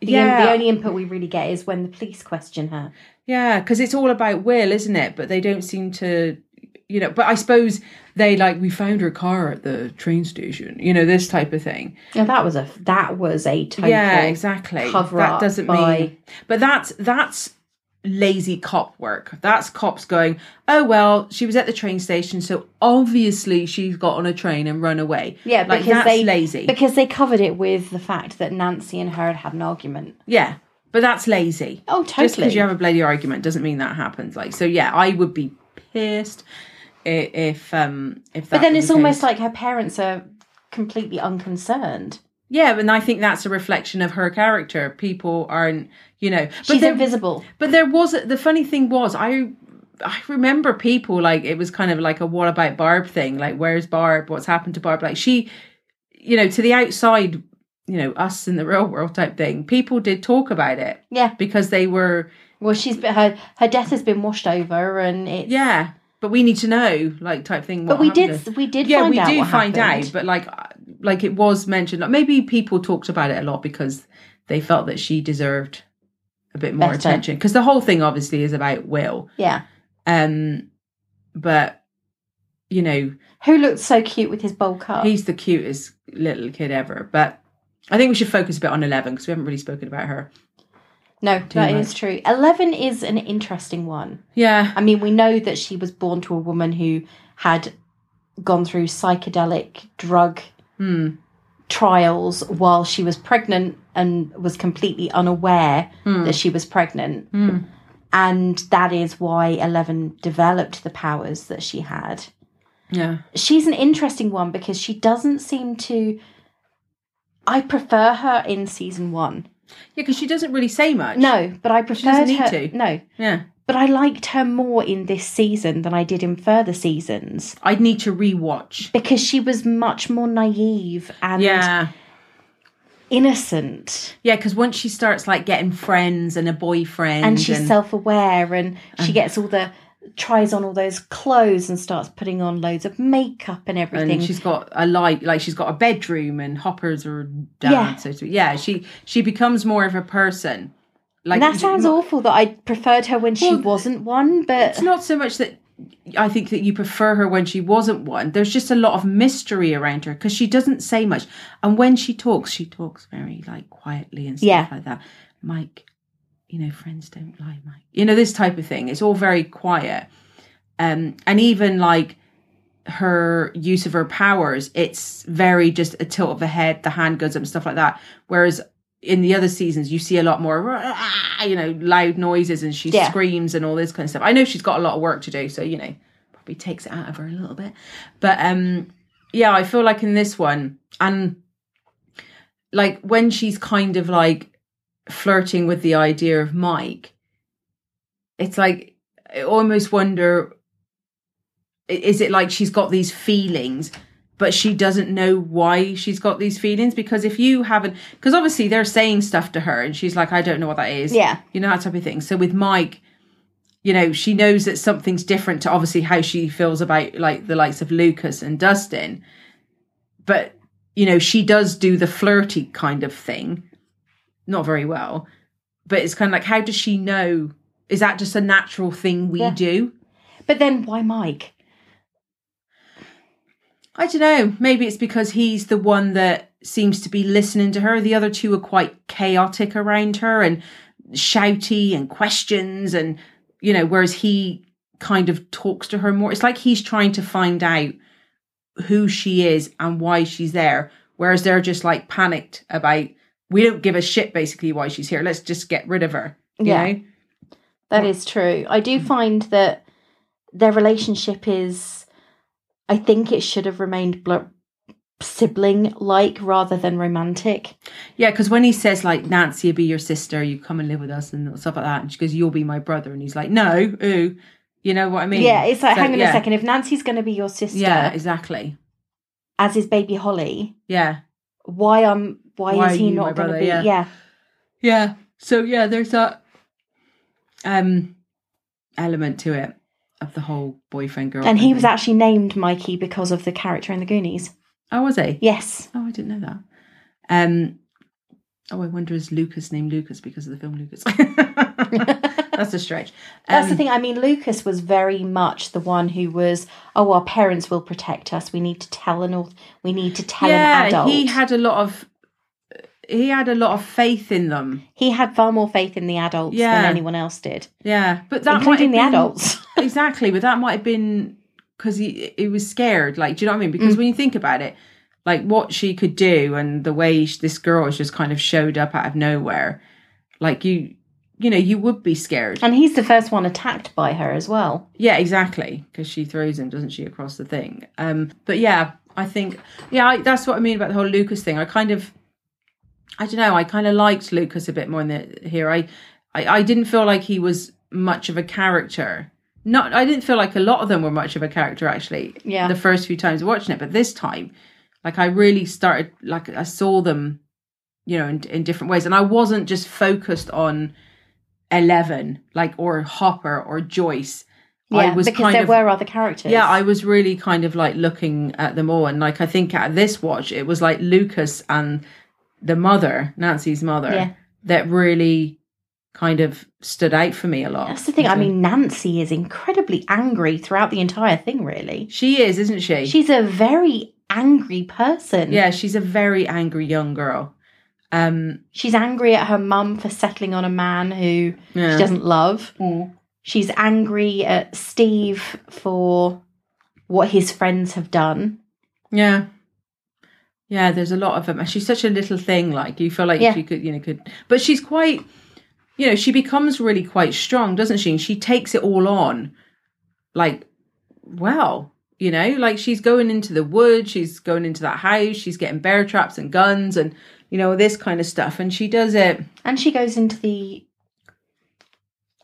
A: The,
B: yeah,
A: the only input we really get is when the police question her.
B: yeah, because it's all about Will, isn't it? But they don't seem to, you know. But I suppose they like we found her car at the train station, you know, this type of thing.
A: Now that was a that was a total
B: yeah exactly
A: cover
B: that
A: up
B: doesn't
A: by-
B: mean but that's that's lazy cop work that's cops going oh well she was at the train station so obviously she got on a train and run away
A: Yeah,
B: like
A: because
B: that's
A: they-
B: lazy
A: because they covered it with the fact that Nancy and her had had an argument.
B: yeah but that's lazy
A: Oh,
B: just because
A: totally.
B: you have a bloody argument doesn't mean that happens like so yeah i would be pissed i- if um if that
A: But then
B: was
A: it's
B: the
A: almost
B: case.
A: like her parents are completely unconcerned.
B: yeah and i think that's a reflection of her character people aren't you know but
A: She's
B: then-
A: invisible.
B: But there was the funny thing was I I remember people like it was kind of like a what about Barb thing like where's Barb what's happened to Barb like she you know to the outside you know us in the real world type thing people did talk about it
A: Yeah.
B: because they were
A: Well, she's been, her her death has been washed over, and it's
B: yeah but we need to know like type thing what
A: But we
B: happened
A: did
B: to-
A: we did
B: yeah
A: find
B: we
A: out
B: do
A: what
B: find
A: happened.
B: out but like uh, like it was mentioned like, maybe people talked about it a lot because they felt that she deserved a bit more
A: Better.
B: attention because the whole thing obviously is about Will
A: Yeah,
B: Um, but you know,
A: who looked so cute with his bowl cut?
B: he's the cutest little kid ever. But I think we should focus a bit on Eleven because we haven't really spoken about her.
A: no, that
B: much.
A: is true. Eleven is an interesting one.
B: Yeah,
A: I mean, we know that she was born to a woman who had gone through psychedelic drug
B: Hmm.
A: trials while she was pregnant and was completely unaware
B: Hmm.
A: that she was pregnant. And that is why Eleven developed the powers that she had.
B: Yeah.
A: She's an interesting one because she doesn't seem to. I prefer her in season one.
B: Yeah, because she doesn't really say much.
A: No, but I preferred
B: doesn't need
A: her.
B: to.
A: No,
B: Yeah.
A: but I liked her more in this season than I did in further seasons
B: I'd need to rewatch.
A: because she was much more naive and
B: Yeah.
A: innocent,
B: Yeah, because once she starts like getting friends and a boyfriend
A: and she's self-aware, and
B: Uh-huh.
A: she gets all the tries on all those clothes and starts putting on loads of makeup and
B: and
A: everything.
B: she's got a light like she's got a bedroom and hoppers her dad
A: Yeah.
B: so to, yeah she she becomes more of a person
A: and
B: like
A: that sounds
B: not,
A: awful that I preferred her when she
B: Well,
A: wasn't one, but
B: it's not so much that i think that you prefer her when she wasn't one there's just a lot of mystery around her because she doesn't say much and when she talks she talks very like quietly and stuff
A: Yeah.
B: like that mike you know friends don't lie mike you know this type of thing it's all very quiet um and even like her use of her powers, it's very just a tilt of the head, the hand goes up and stuff like that. Whereas in the other seasons, you see a lot more, "Rah," you know, loud noises and she
A: Yeah.
B: screams and all this kind of stuff. I know she's got a lot of work to do, so you know, probably takes it out of her a little bit. But um, yeah, I feel like in this one, and like when she's kind of like flirting with the idea of Mike, it's like I almost wonder i- is it like she's got these feelings but she doesn't know why she's got these feelings because if you haven't because obviously they're saying stuff to her and she's like i don't know what that is
A: Yeah.
B: you know that type of thing so with mike you know she knows that something's different to obviously how she feels about like the likes of lucas and dustin but you know she does do the flirty kind of thing not very well but it's kind of like how does she know is that just a natural thing we
A: Yeah.
B: do
A: but then why Mike?
B: I don't know. Maybe it's because he's the one that seems to be listening to her. The other two are quite chaotic around her and shouty and questions and you know, whereas he kind of talks to her more. It's like he's trying to find out who she is and why she's there, whereas they're just like panicked about we don't give a shit basically why she's here. Let's just get rid of her. You
A: Yeah.
B: know?
A: That is true. I
B: Mm.
A: do find that their relationship is, I think it should have remained bl- sibling like rather than romantic.
B: Yeah, because when he says like Nancy will be your sister, you come and live with us and stuff like that, and she goes, "You'll be my brother," and he's like, "No, ooh," you know what I mean?
A: Yeah, it's like,
B: So,
A: hang on
B: yeah.
A: a second, if Nancy's going to be your sister,
B: Yeah, exactly.
A: as is baby Holly,
B: Yeah,
A: why um why,
B: Why
A: is
B: are
A: he
B: you my
A: not going
B: brother?
A: to be?
B: Yeah.
A: Yeah.
B: yeah. So yeah, there's that um element to it of the whole boyfriend girl.
A: And he was actually named Mikey because of the character in the Goonies.
B: Oh, was he?
A: Yes.
B: Oh, I didn't know that. Um. Oh, I wonder is Lucas named Lucas because of the film Lucas? That's a stretch.
A: That's the
B: Um,
A: thing. I mean, Lucas was very much the one who was, oh, our parents will protect us. We need to tell an au- we need to tell an adult.
B: he had a lot of he had a lot of faith in them.
A: he had far more faith in the adults
B: Yeah.
A: than anyone else did,
B: Yeah, but that
A: including the
B: might have been-
A: adults.
B: exactly, but that might have been because he he was scared. Like, do you know what I mean? Because
A: Mm.
B: when you think about it, like what she could do and the way sh this girl has just kind of showed up out of nowhere, like you, you know, you would be scared.
A: and he's the first one attacked by her as well.
B: Yeah, exactly. Because she throws him, doesn't she, across the thing? Um, but yeah, I think yeah, I, that's what I mean about the whole Lucas thing. I kind of, I don't know, I kind of liked Lucas a bit more in the here. I, I, I didn't feel like he was much of a character. Not, I didn't feel like a lot of them were much of a character actually.
A: Yeah.
B: The first few times watching it, but this time, like I really started, like I saw them, you know, in, in different ways, and I wasn't just focused on Eleven, like or Hopper or Joyce.
A: Yeah,
B: I was
A: because
B: kind
A: there
B: of,
A: were other characters.
B: yeah, I was really kind of like looking at them all, and like I think at this watch, it was like Lucas and the mother, Nancy's mother,
A: Yeah.
B: that really kind of stood out for me a lot.
A: That's the thing. I mean, Nancy is incredibly angry throughout the entire thing. Really,
B: she is, isn't she?
A: she's a very angry person.
B: yeah, she's a very angry young girl. Um,
A: she's angry at her mum for settling on a man who
B: yeah.
A: she doesn't love.
B: Mm.
A: She's angry at Steve for what his friends have done.
B: Yeah. Yeah, there's a lot of them. And she's such a little thing. Like you feel like
A: Yeah.
B: she could, you know, could. But she's quite, you know, she becomes really quite strong, doesn't she? And she takes it all on, like, well, you know, like she's going into the woods, she's going into that house, she's getting bear traps and guns and you know this kind of stuff. And she does it.
A: And she goes into the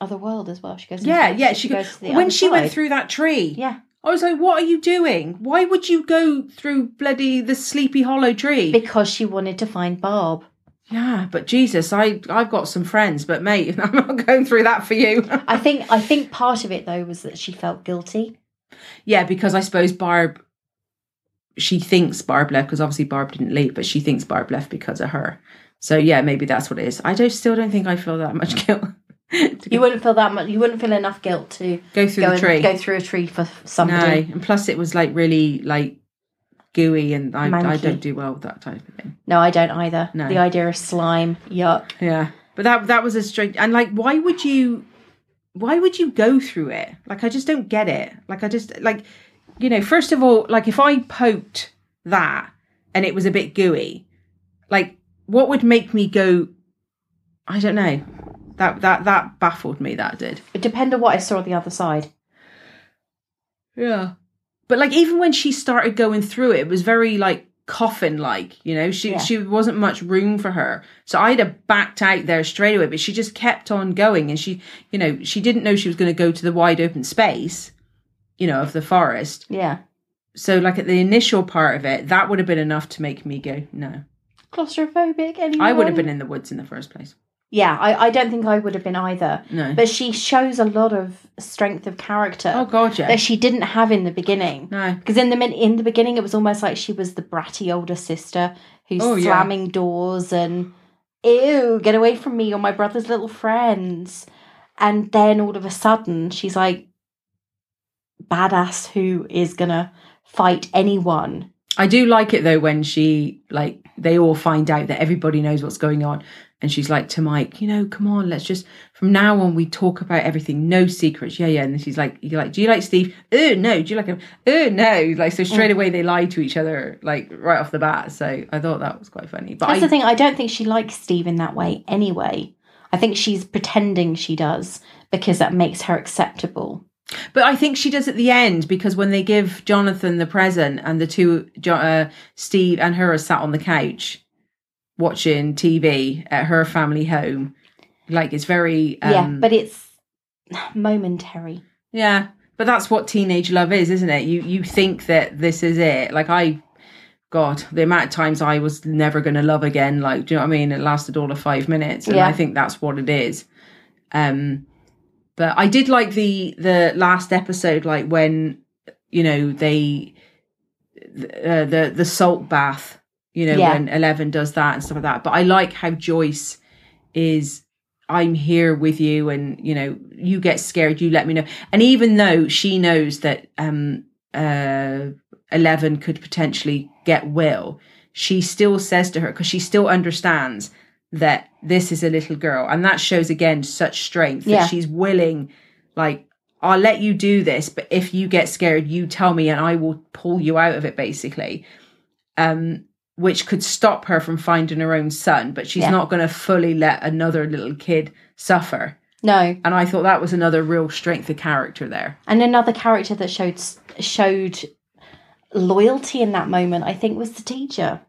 A: other world as well. She goes. into
B: Yeah,
A: the-
B: yeah. She,
A: goes to the
B: when
A: other
B: she
A: side.
B: went through that tree.
A: Yeah,
B: I was like, what are you doing? Why would you go through bloody the sleepy hollow tree?
A: because she wanted to find Barb.
B: Yeah, but Jesus, I I've got some friends, but mate, I'm not going through that for you.
A: I think. I think part of it though was that she felt guilty.
B: yeah, because I suppose Barb, she thinks Barb left because obviously Barb didn't leave, but she thinks Barb left because of her. So yeah, maybe that's what it is. I don't still don't think I feel that much guilt to
A: You wouldn't feel that much. You wouldn't feel enough guilt to
B: go through
A: go
B: the
A: and
B: tree.
A: go through a tree for
B: no,
A: somebody.
B: and plus it was like really like gooey, and I I
A: Manky.
B: don't do well with that type of thing.
A: No, I don't either.
B: No.
A: The idea of slime, yuck.
B: Yeah, but that that was a strange and like why would you why would you go through it? Like I just don't get it. Like I just like you know first of all like if I poked that and it was a bit gooey, like what would make me go? I don't know. That that that baffled me. That did.
A: It depend on what I saw on the other side.
B: Yeah. But like even when she started going through it, it was very like coffin like, you know, she
A: Yeah.
B: she wasn't much room for her. So I'd have backed out there straight away, but she just kept on going and she you know, she didn't know she was gonna go to the wide open space, you know, of the forest.
A: Yeah.
B: So like at the initial part of it, that would have been enough to make me go, No.
A: Claustrophobic. Anyone?
B: I would have been in the woods in the first place.
A: Yeah, I, I don't think I would have been either.
B: No.
A: But she shows a lot of strength of character
B: oh god, yeah.
A: that she didn't have in the beginning.
B: No.
A: Because in the min- in the beginning, it was almost like she was the bratty older sister who's
B: Oh, yeah.
A: slamming doors and ew, get away from me! You're my brother's little friends. And then all of a sudden, she's like badass who is gonna fight anyone.
B: I do like it though when she like they all find out that everybody knows what's going on, and she's like to Mike, you know, come on, let's just from now on we talk about everything, no secrets, yeah, yeah. And then she's like, you're like, do you like Steve? Oh no, do you like him? Oh no, like so straight
A: Oh.
B: away they lie to each other like right off the bat. So I thought that was quite funny, but
A: That's
B: I,
A: the thing. I don't think she likes Steve in that way anyway. I think she's pretending she does because that makes her acceptable.
B: but I think she does at the end because when they give Jonathan the present and the two Jo- uh, Steve and her are sat on the couch watching TV at her family home. Like it's very um,
A: yeah, but it's momentary.
B: Yeah, but that's what teenage love is, isn't it? You you think that this is it. Like I, God, the amount of times I was never going to love again. Like, do you know what I mean? It lasted all of five minutes, and
A: Yeah.
B: I think that's what it is. Um, but I did like the the last episode, like when you know they uh, the the salt bath. You know
A: Yeah.
B: when Eleven does that and stuff like that. But I like how Joyce is I'm here with you and you know you get scared you let me know and even though she knows that um uh 11 could potentially get will she still says to her because she still understands that this is a little girl and that shows again such strength
A: Yeah.
B: that she's willing like I'll let you do this but if you get scared you tell me and I will pull you out of it basically um which could stop her from finding her own son, but she's
A: Yeah.
B: not going to fully let another little kid suffer.
A: No,
B: And I thought that was another real strength of character there.
A: and another character that showed showed loyalty in that moment, I think, was the teacher,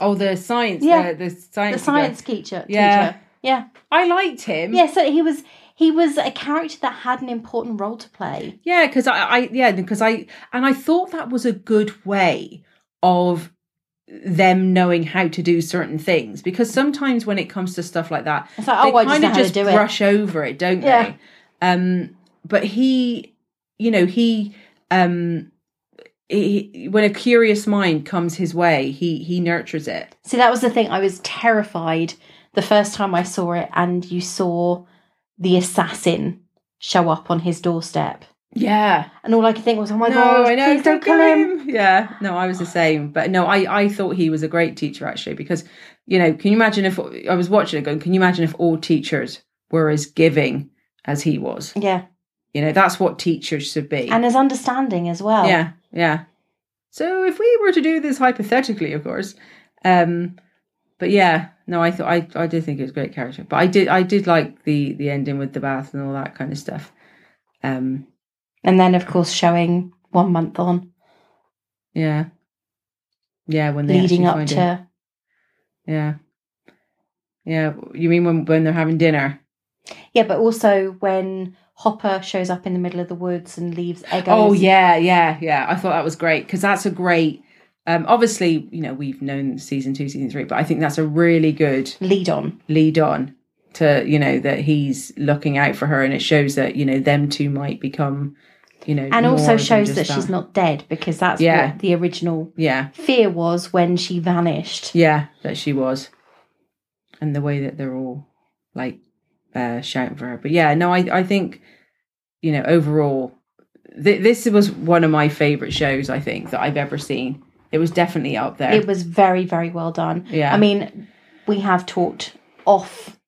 B: Oh, the science,
A: Yeah.
B: the, the science,
A: the science teacher.
B: Yeah.
A: teacher. yeah,
B: I liked him.
A: yeah. So he was he was a character that had an important role to play.
B: Yeah, because I, I, yeah, because I, and I thought that was a good way of them knowing how to do certain things. Because sometimes when it comes to stuff like that,
A: It's like, oh, I just
B: kinda
A: know how to do it.
B: brush over it, don't
A: Yeah.
B: they? Um, but he, you know, he, um, he, when a curious mind comes his way, he he nurtures it.
A: See, that was the thing. I was terrified the first time I saw it, and you saw the assassin show up on his doorstep,
B: Yeah.
A: and all I could think was, "Oh my
B: no,
A: god,
B: I know.
A: please don't kill him."
B: Yeah. No, I was the same. But no, I, I thought he was a great teacher actually because, you know, can you imagine if I was watching it going, can you imagine if all teachers were as giving as he was?
A: Yeah,
B: You know, that's what teachers should be.
A: and his understanding as well.
B: yeah. Yeah. So if we were to do this hypothetically, of course, um, but yeah, no, I thought I, I did think it was a great character, but I did I did like the the ending with the bath and all that kind of stuff. Um,
A: And then, of course, showing one month on,
B: yeah, yeah, when they
A: leading
B: actually
A: up
B: find
A: to.
B: him. yeah, yeah. You mean when when they're having dinner?
A: Yeah, but also when Hopper shows up in the middle of the woods and leaves Eggo's.
B: Oh yeah, yeah, yeah. I thought that was great because that's a great. Um, obviously, you know we've known season two, season three, but I think that's a really good
A: Lead on.
B: lead on to you know that he's looking out for her, and it shows that you know them two might become, you know,
A: And
B: more
A: also
B: than
A: shows
B: just
A: that she's not dead because that's
B: Yeah.
A: what the original
B: Yeah,
A: fear was when she vanished.
B: yeah, that she was, and the way that they're all like uh, shouting for her. But yeah, no, I I think you know overall, th- this was one of my favorite shows. I think that I've ever seen. It was definitely up there.
A: It was very, very well done.
B: Yeah.
A: I mean, we have talked off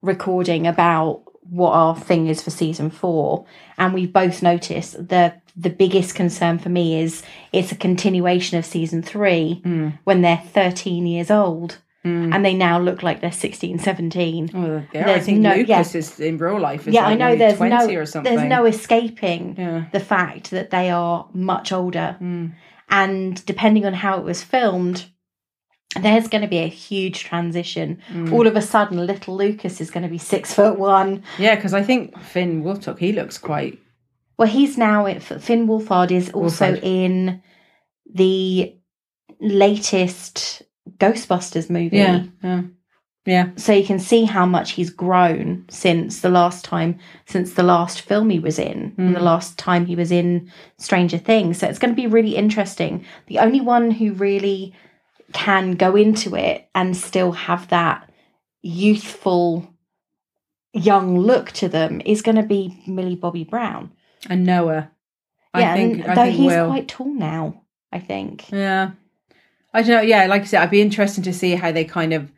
A: recording about what our thing is for season four, and we've both noticed the the biggest concern for me is it's a continuation of season three
B: Mm.
A: when they're 13 years old
B: Mm.
A: and they now look like they're 16 17
B: Well, yeah, I
A: There's
B: think
A: no-
B: Lucas is in real life. Is
A: yeah
B: like
A: i know
B: only
A: there's
B: 20
A: no
B: or something.
A: there's no escaping
B: Yeah.
A: the fact that they are much older
B: Mm.
A: and depending on how it was filmed there's going to be a huge transition
B: Mm.
A: all of a sudden little lucas is going to be six foot one
B: Yeah, because I think Finn Wolftuck, he looks quite.
A: well he's now finn wolfhard is also
B: Wolfhard.
A: in the latest ghostbusters movie
B: Yeah.
A: so you can see how much he's grown since the last time since the last film he was in and the
B: Hmm.
A: last time he was in stranger things so it's going to be really interesting the only one who really can go into it and still have that youthful young look to them is going to be millie bobby brown
B: And Noah. I think,
A: and
B: I
A: though
B: think
A: he's
B: Will.
A: quite tall now i think
B: Yeah. I don't know. Yeah, like I said, I'd be interested to see how they kind of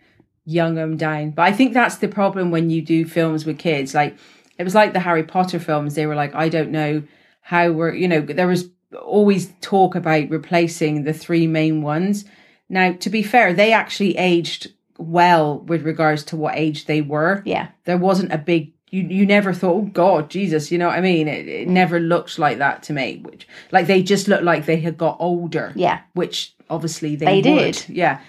B: young them down. But I think that's the problem when you do films with kids. Like it was like the Harry Potter films. They were like, I don't know how we're, you know, there was always talk about replacing the three main ones. Now, to be fair, they actually aged well with regards to what age they were
A: yeah
B: there wasn't a big you you never thought oh god jesus you know what i mean it, it never looked like that to me which like they just looked like they had got older
A: yeah
B: which obviously
A: They
B: they,
A: did.
B: would. yeah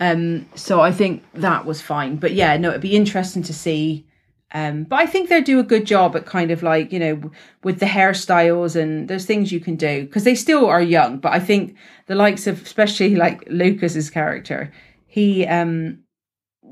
B: um so i think that was fine but yeah no it'd be interesting to see um but i think they do a good job at kind of like you know w- with the hairstyles and there's things you can do because they still are young but i think the likes of especially like lucas's character he um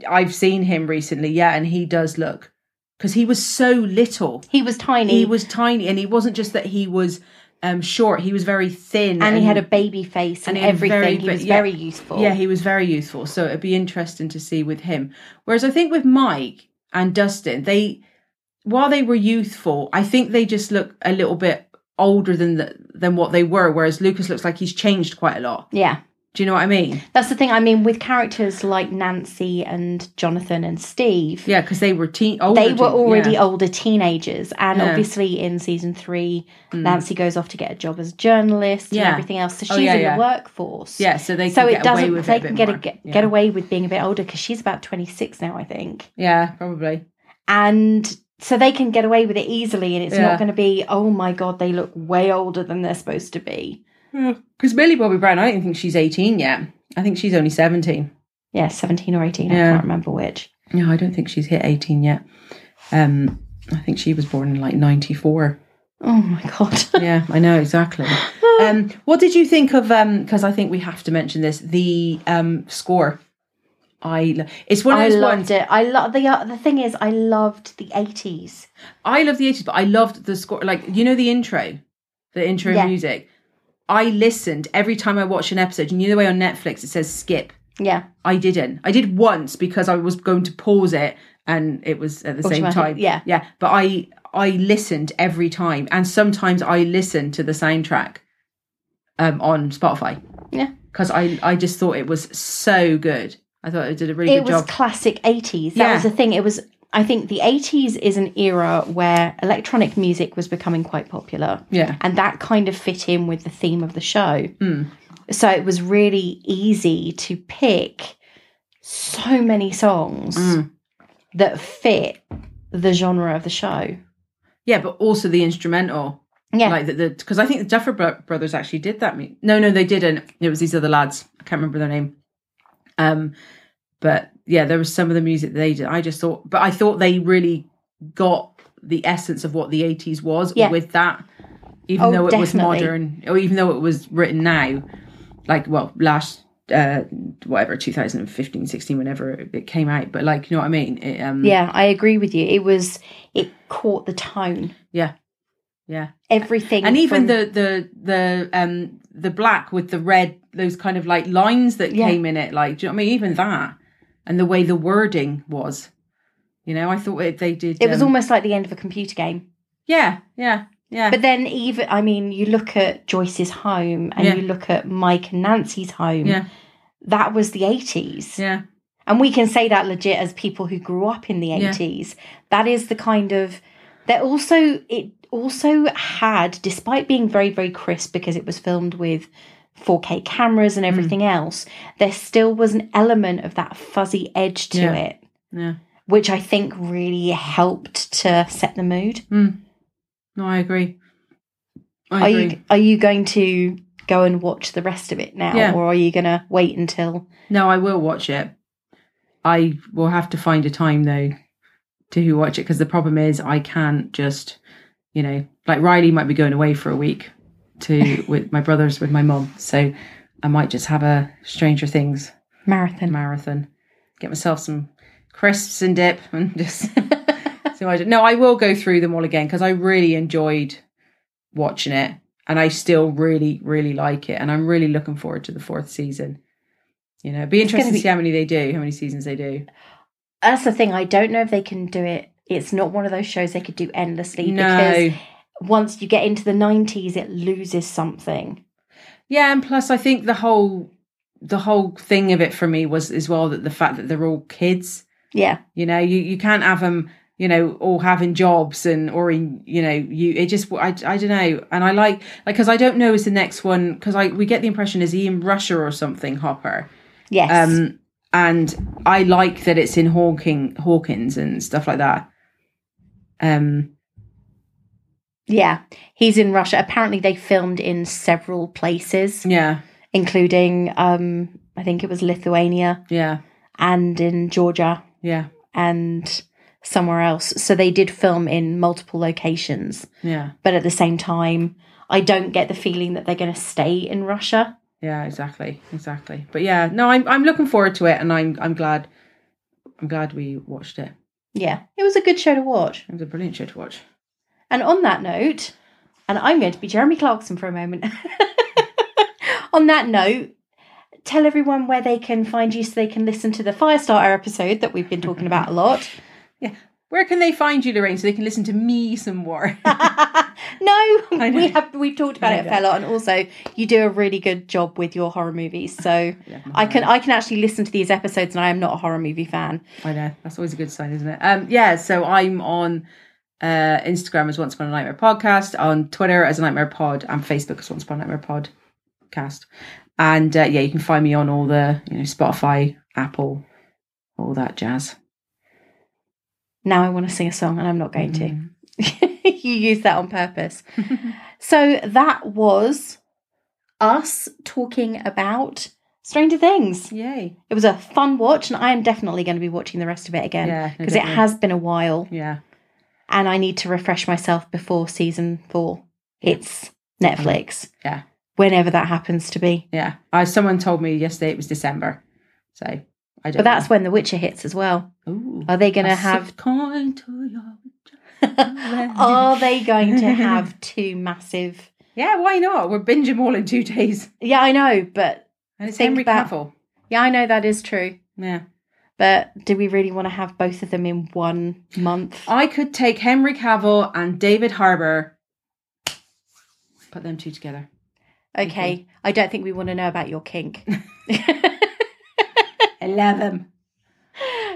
B: i've seen him recently yeah and he does look because he was so little
A: he was tiny
B: he was tiny and he wasn't just that he was um short he was very thin
A: and he had a baby face and,
B: and he had
A: everything
B: very
A: he
B: ba-
A: was
B: yeah.
A: very useful
B: yeah, he was very useful. So it'd be interesting to see with him. Whereas I think with Mike and Dustin, they while they were youthful, I think they just look a little bit older than the, than what they were. Whereas Lucas looks like he's changed quite a lot.
A: yeah
B: Do you know what I mean?
A: That's the thing. I mean, with characters like Nancy and Jonathan and Steve,
B: Yeah, because they were teen. Older
A: they were
B: teen-
A: already
B: yeah.
A: older teenagers. And
B: Yeah. Mm.
A: obviously, in season three, Nancy goes off to get a job as a journalist and
B: Yeah.
A: everything else. So she's
B: Oh, yeah,
A: in
B: yeah.
A: the workforce.
B: Yeah, so they
A: So
B: can
A: it
B: get away
A: doesn't.
B: with
A: they
B: it a bit
A: can get, a,
B: more.
A: get
B: yeah.
A: get away with being a bit older because she's about twenty six now, I think.
B: Yeah, probably.
A: And so they can get away with it easily, and it's
B: Yeah.
A: not going to be. Oh my god, they look way older than they're supposed to be.
B: Because Millie Bobby Brown, I don't think she's eighteen yet. I think she's only seventeen.
A: Yeah, seventeen or eighteen. I
B: Yeah.
A: can't remember which.
B: No, I don't think she's hit eighteen yet. Um, I think she was born in like ninety four.
A: Oh my god.
B: yeah, I know exactly. Um, what did you think of? Because I think we have to mention this. The um, score, I lo- it's one of
A: I
B: those
A: loved
B: ones.
A: it. I love the uh, the thing is I loved the eighties.
B: I love the eighties, but I loved the score. Like you know the intro, the intro
A: Yeah.
B: music. I listened every time I watched an episode. And you know the way on Netflix it says skip.
A: Yeah,
B: I didn't. I did once because I was going to pause it and it was at the same
A: Automatic,
B: time.
A: yeah.
B: Yeah. But I I listened every time and sometimes I listened to the soundtrack um on Spotify.
A: Yeah.
B: Because I I just thought it was so good. I thought it did a really
A: it
B: good
A: was
B: job.
A: classic eighties. That
B: Yeah.
A: was the thing. It was I think the 80s is an era where electronic music was becoming quite popular.
B: Yeah. Mm.
A: And that kind of fit in with the theme of the show. So it was really easy to pick so many songs
B: Mm.
A: that fit the genre of the show.
B: Yeah, but also the instrumental.
A: Yeah.
B: Like the because I think the Duffer Bro- Brothers actually did that. mu- No, no, they didn't. It was these other lads. I can't remember their name. Um, but yeah, there was some of the music they did. I just thought, but I thought they really got the essence of what the '80s was
A: Yeah.
B: with that, even
A: Oh,
B: though it was
A: definitely.
B: modern, or even though it was written now, like well, last uh whatever 2015 16 whenever it came out but like you know what i mean it, um
A: yeah, I agree with you. It was it caught the tone.
B: yeah yeah
A: Everything
B: and
A: from-
B: even the the the um the black with the red those kind of like lines that
A: Yeah.
B: came in it like do you know what i mean even that and the way the wording was you know i thought it, they did
A: it was
B: um,
A: almost like the end of a computer game.
B: yeah yeah yeah
A: But then even I mean, you look at Joyce's home and
B: Yeah.
A: you look at Mike and Nancy's home.
B: yeah
A: That was the 80s.
B: yeah
A: And we can say that legit as people who grew up in the
B: Yeah.
A: 80s. That is the kind of that also it also had despite being very very crisp because it was filmed with 4K cameras
B: Hmm.
A: and everything else, there still was an element of that fuzzy edge to
B: Yeah.
A: it,
B: yeah
A: which I think really helped to set the mood.
B: no i agree i
A: Are
B: agree
A: you are you going to go and watch the rest of it now
B: Yeah.
A: or are you going to wait until
B: no i will watch it i will have to find a time though to watch it because the problem is i can't just you know like riley might be going away for a week to with my brothers with my mum so i might just have a stranger things
A: marathon?
B: marathon get myself some crisps and dip and just so i don't no i will go through them all again because i really enjoyed watching it and i still really really like it and i'm really looking forward to the fourth season you know it'd be
A: It's gonna
B: interesting
A: be-
B: to see how many they do how many seasons they do
A: That's the thing. I don't know if they can do it. It's not one of those shows they could do endlessly because once you get into the 90s, it loses something.
B: Yeah, and plus I think the whole the whole thing of it for me was as well that the fact that they're all kids.
A: Yeah.
B: You know, you, you can't have them, you know, all having jobs and or in you know you it just I, I don't know and I like like because I don't know is the next one because I we get the impression is he in Russia or something Hopper
A: Yes.
B: um and I like that it's in Hawking Hawkins and stuff like that um
A: yeah. He's in Russia. Apparently, they filmed in several places,
B: yeah
A: including, um, I think it was Lithuania
B: yeah
A: and in Georgia
B: yeah
A: and somewhere else. So they did film in multiple locations.
B: yeah
A: But at the same time, I don't get the feeling that they're going to stay in Russia.
B: Yeah, exactly, exactly. But yeah, no, I'm I'm looking forward to it, and I'm I'm glad, I'm glad we watched it.
A: Yeah. It was a good show to watch.
B: It was a brilliant show to watch.
A: And on that note, and I'm going to be Jeremy Clarkson for a moment. on that note, tell everyone where they can find you so they can listen to the Firestarter episode that we've been talking about a lot.
B: Where can they find you, Lorraine, so they can listen to me some more?
A: no,
B: know.
A: we have we've talked about
B: I
A: it a
B: know.
A: fair lot, and also you do a really good job with your horror movies. So I can I can actually listen to these episodes, and I am not a horror movie fan.
B: I know that's always a good sign, isn't it? Um, yeah. So I'm on uh Instagram as Once Upon a Nightmare podcast, on Twitter as a Nightmare Pod, and Facebook as Once Upon a Nightmare Podcast. And uh, yeah, you can find me on all the you know Spotify, Apple, all that jazz.
A: Now I want to sing a song, and I'm not going
B: Mm-hmm.
A: to. you use that on purpose. so that was us talking about Stranger Things.
B: Yay!
A: It was a fun watch, and I am definitely going to be watching the rest of it
B: Yeah,
A: again
B: no,
A: because it
B: definitely.
A: has been a while,
B: Yeah.
A: and I need to refresh myself before season four. It's Netflix.
B: Yeah.
A: Whenever that happens to be.
B: Yeah, I someone told me yesterday it was December, so I don't.
A: But that's when The Witcher hits as well. Are they going to have
B: coin to your
A: Are they going to have two massive
B: Yeah, why not? We're binging all in two days,
A: Yeah, I know, but
B: and it's
A: Think
B: Henry
A: about-
B: Cavill.
A: yeah, I know that is true.
B: Yeah,
A: But do we really want to have both of them in one month?
B: I could take Henry Cavill and David Harbour, put them two together.
A: Okay. I don't think we want to know about your kink.
B: I love them.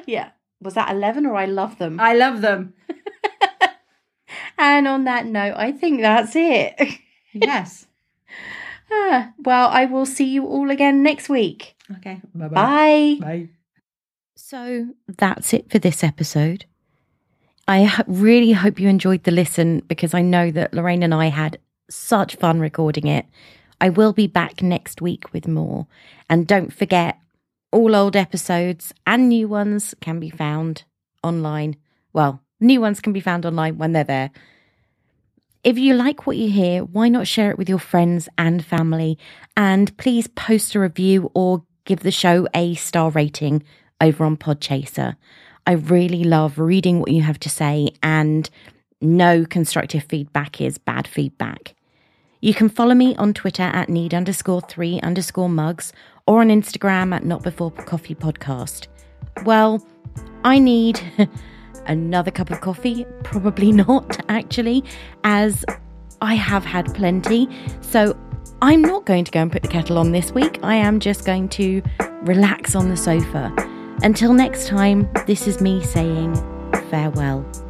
A: yeah. was that 11 or I love them?
B: I love them.
A: And on that note, I think that's it.
B: Yes.
A: Ah, well, I will see you all again next week.
B: okay. Bye-bye.
A: Bye.
B: Bye.
A: So that's it for this episode. I ho- really hope you enjoyed the listen because I know that Lorraine and I had such fun recording it. I will be back next week with more. And don't forget, all old episodes and new ones can be found online. Well, new ones can be found online when they're there. If you like what you hear, why not share it with your friends and family? And please post a review or give the show a star rating over on Podchaser. I really love reading what you have to say, and no constructive feedback is bad feedback. You can follow me on Twitter at need underscore three underscore mugs or on Instagram at not before coffee podcast. Well, I need another cup of coffee. Probably not, actually, as I have had plenty. So I'm not going to go and put the kettle on this week. I am just going to relax on the sofa. Until next time, this is me saying farewell.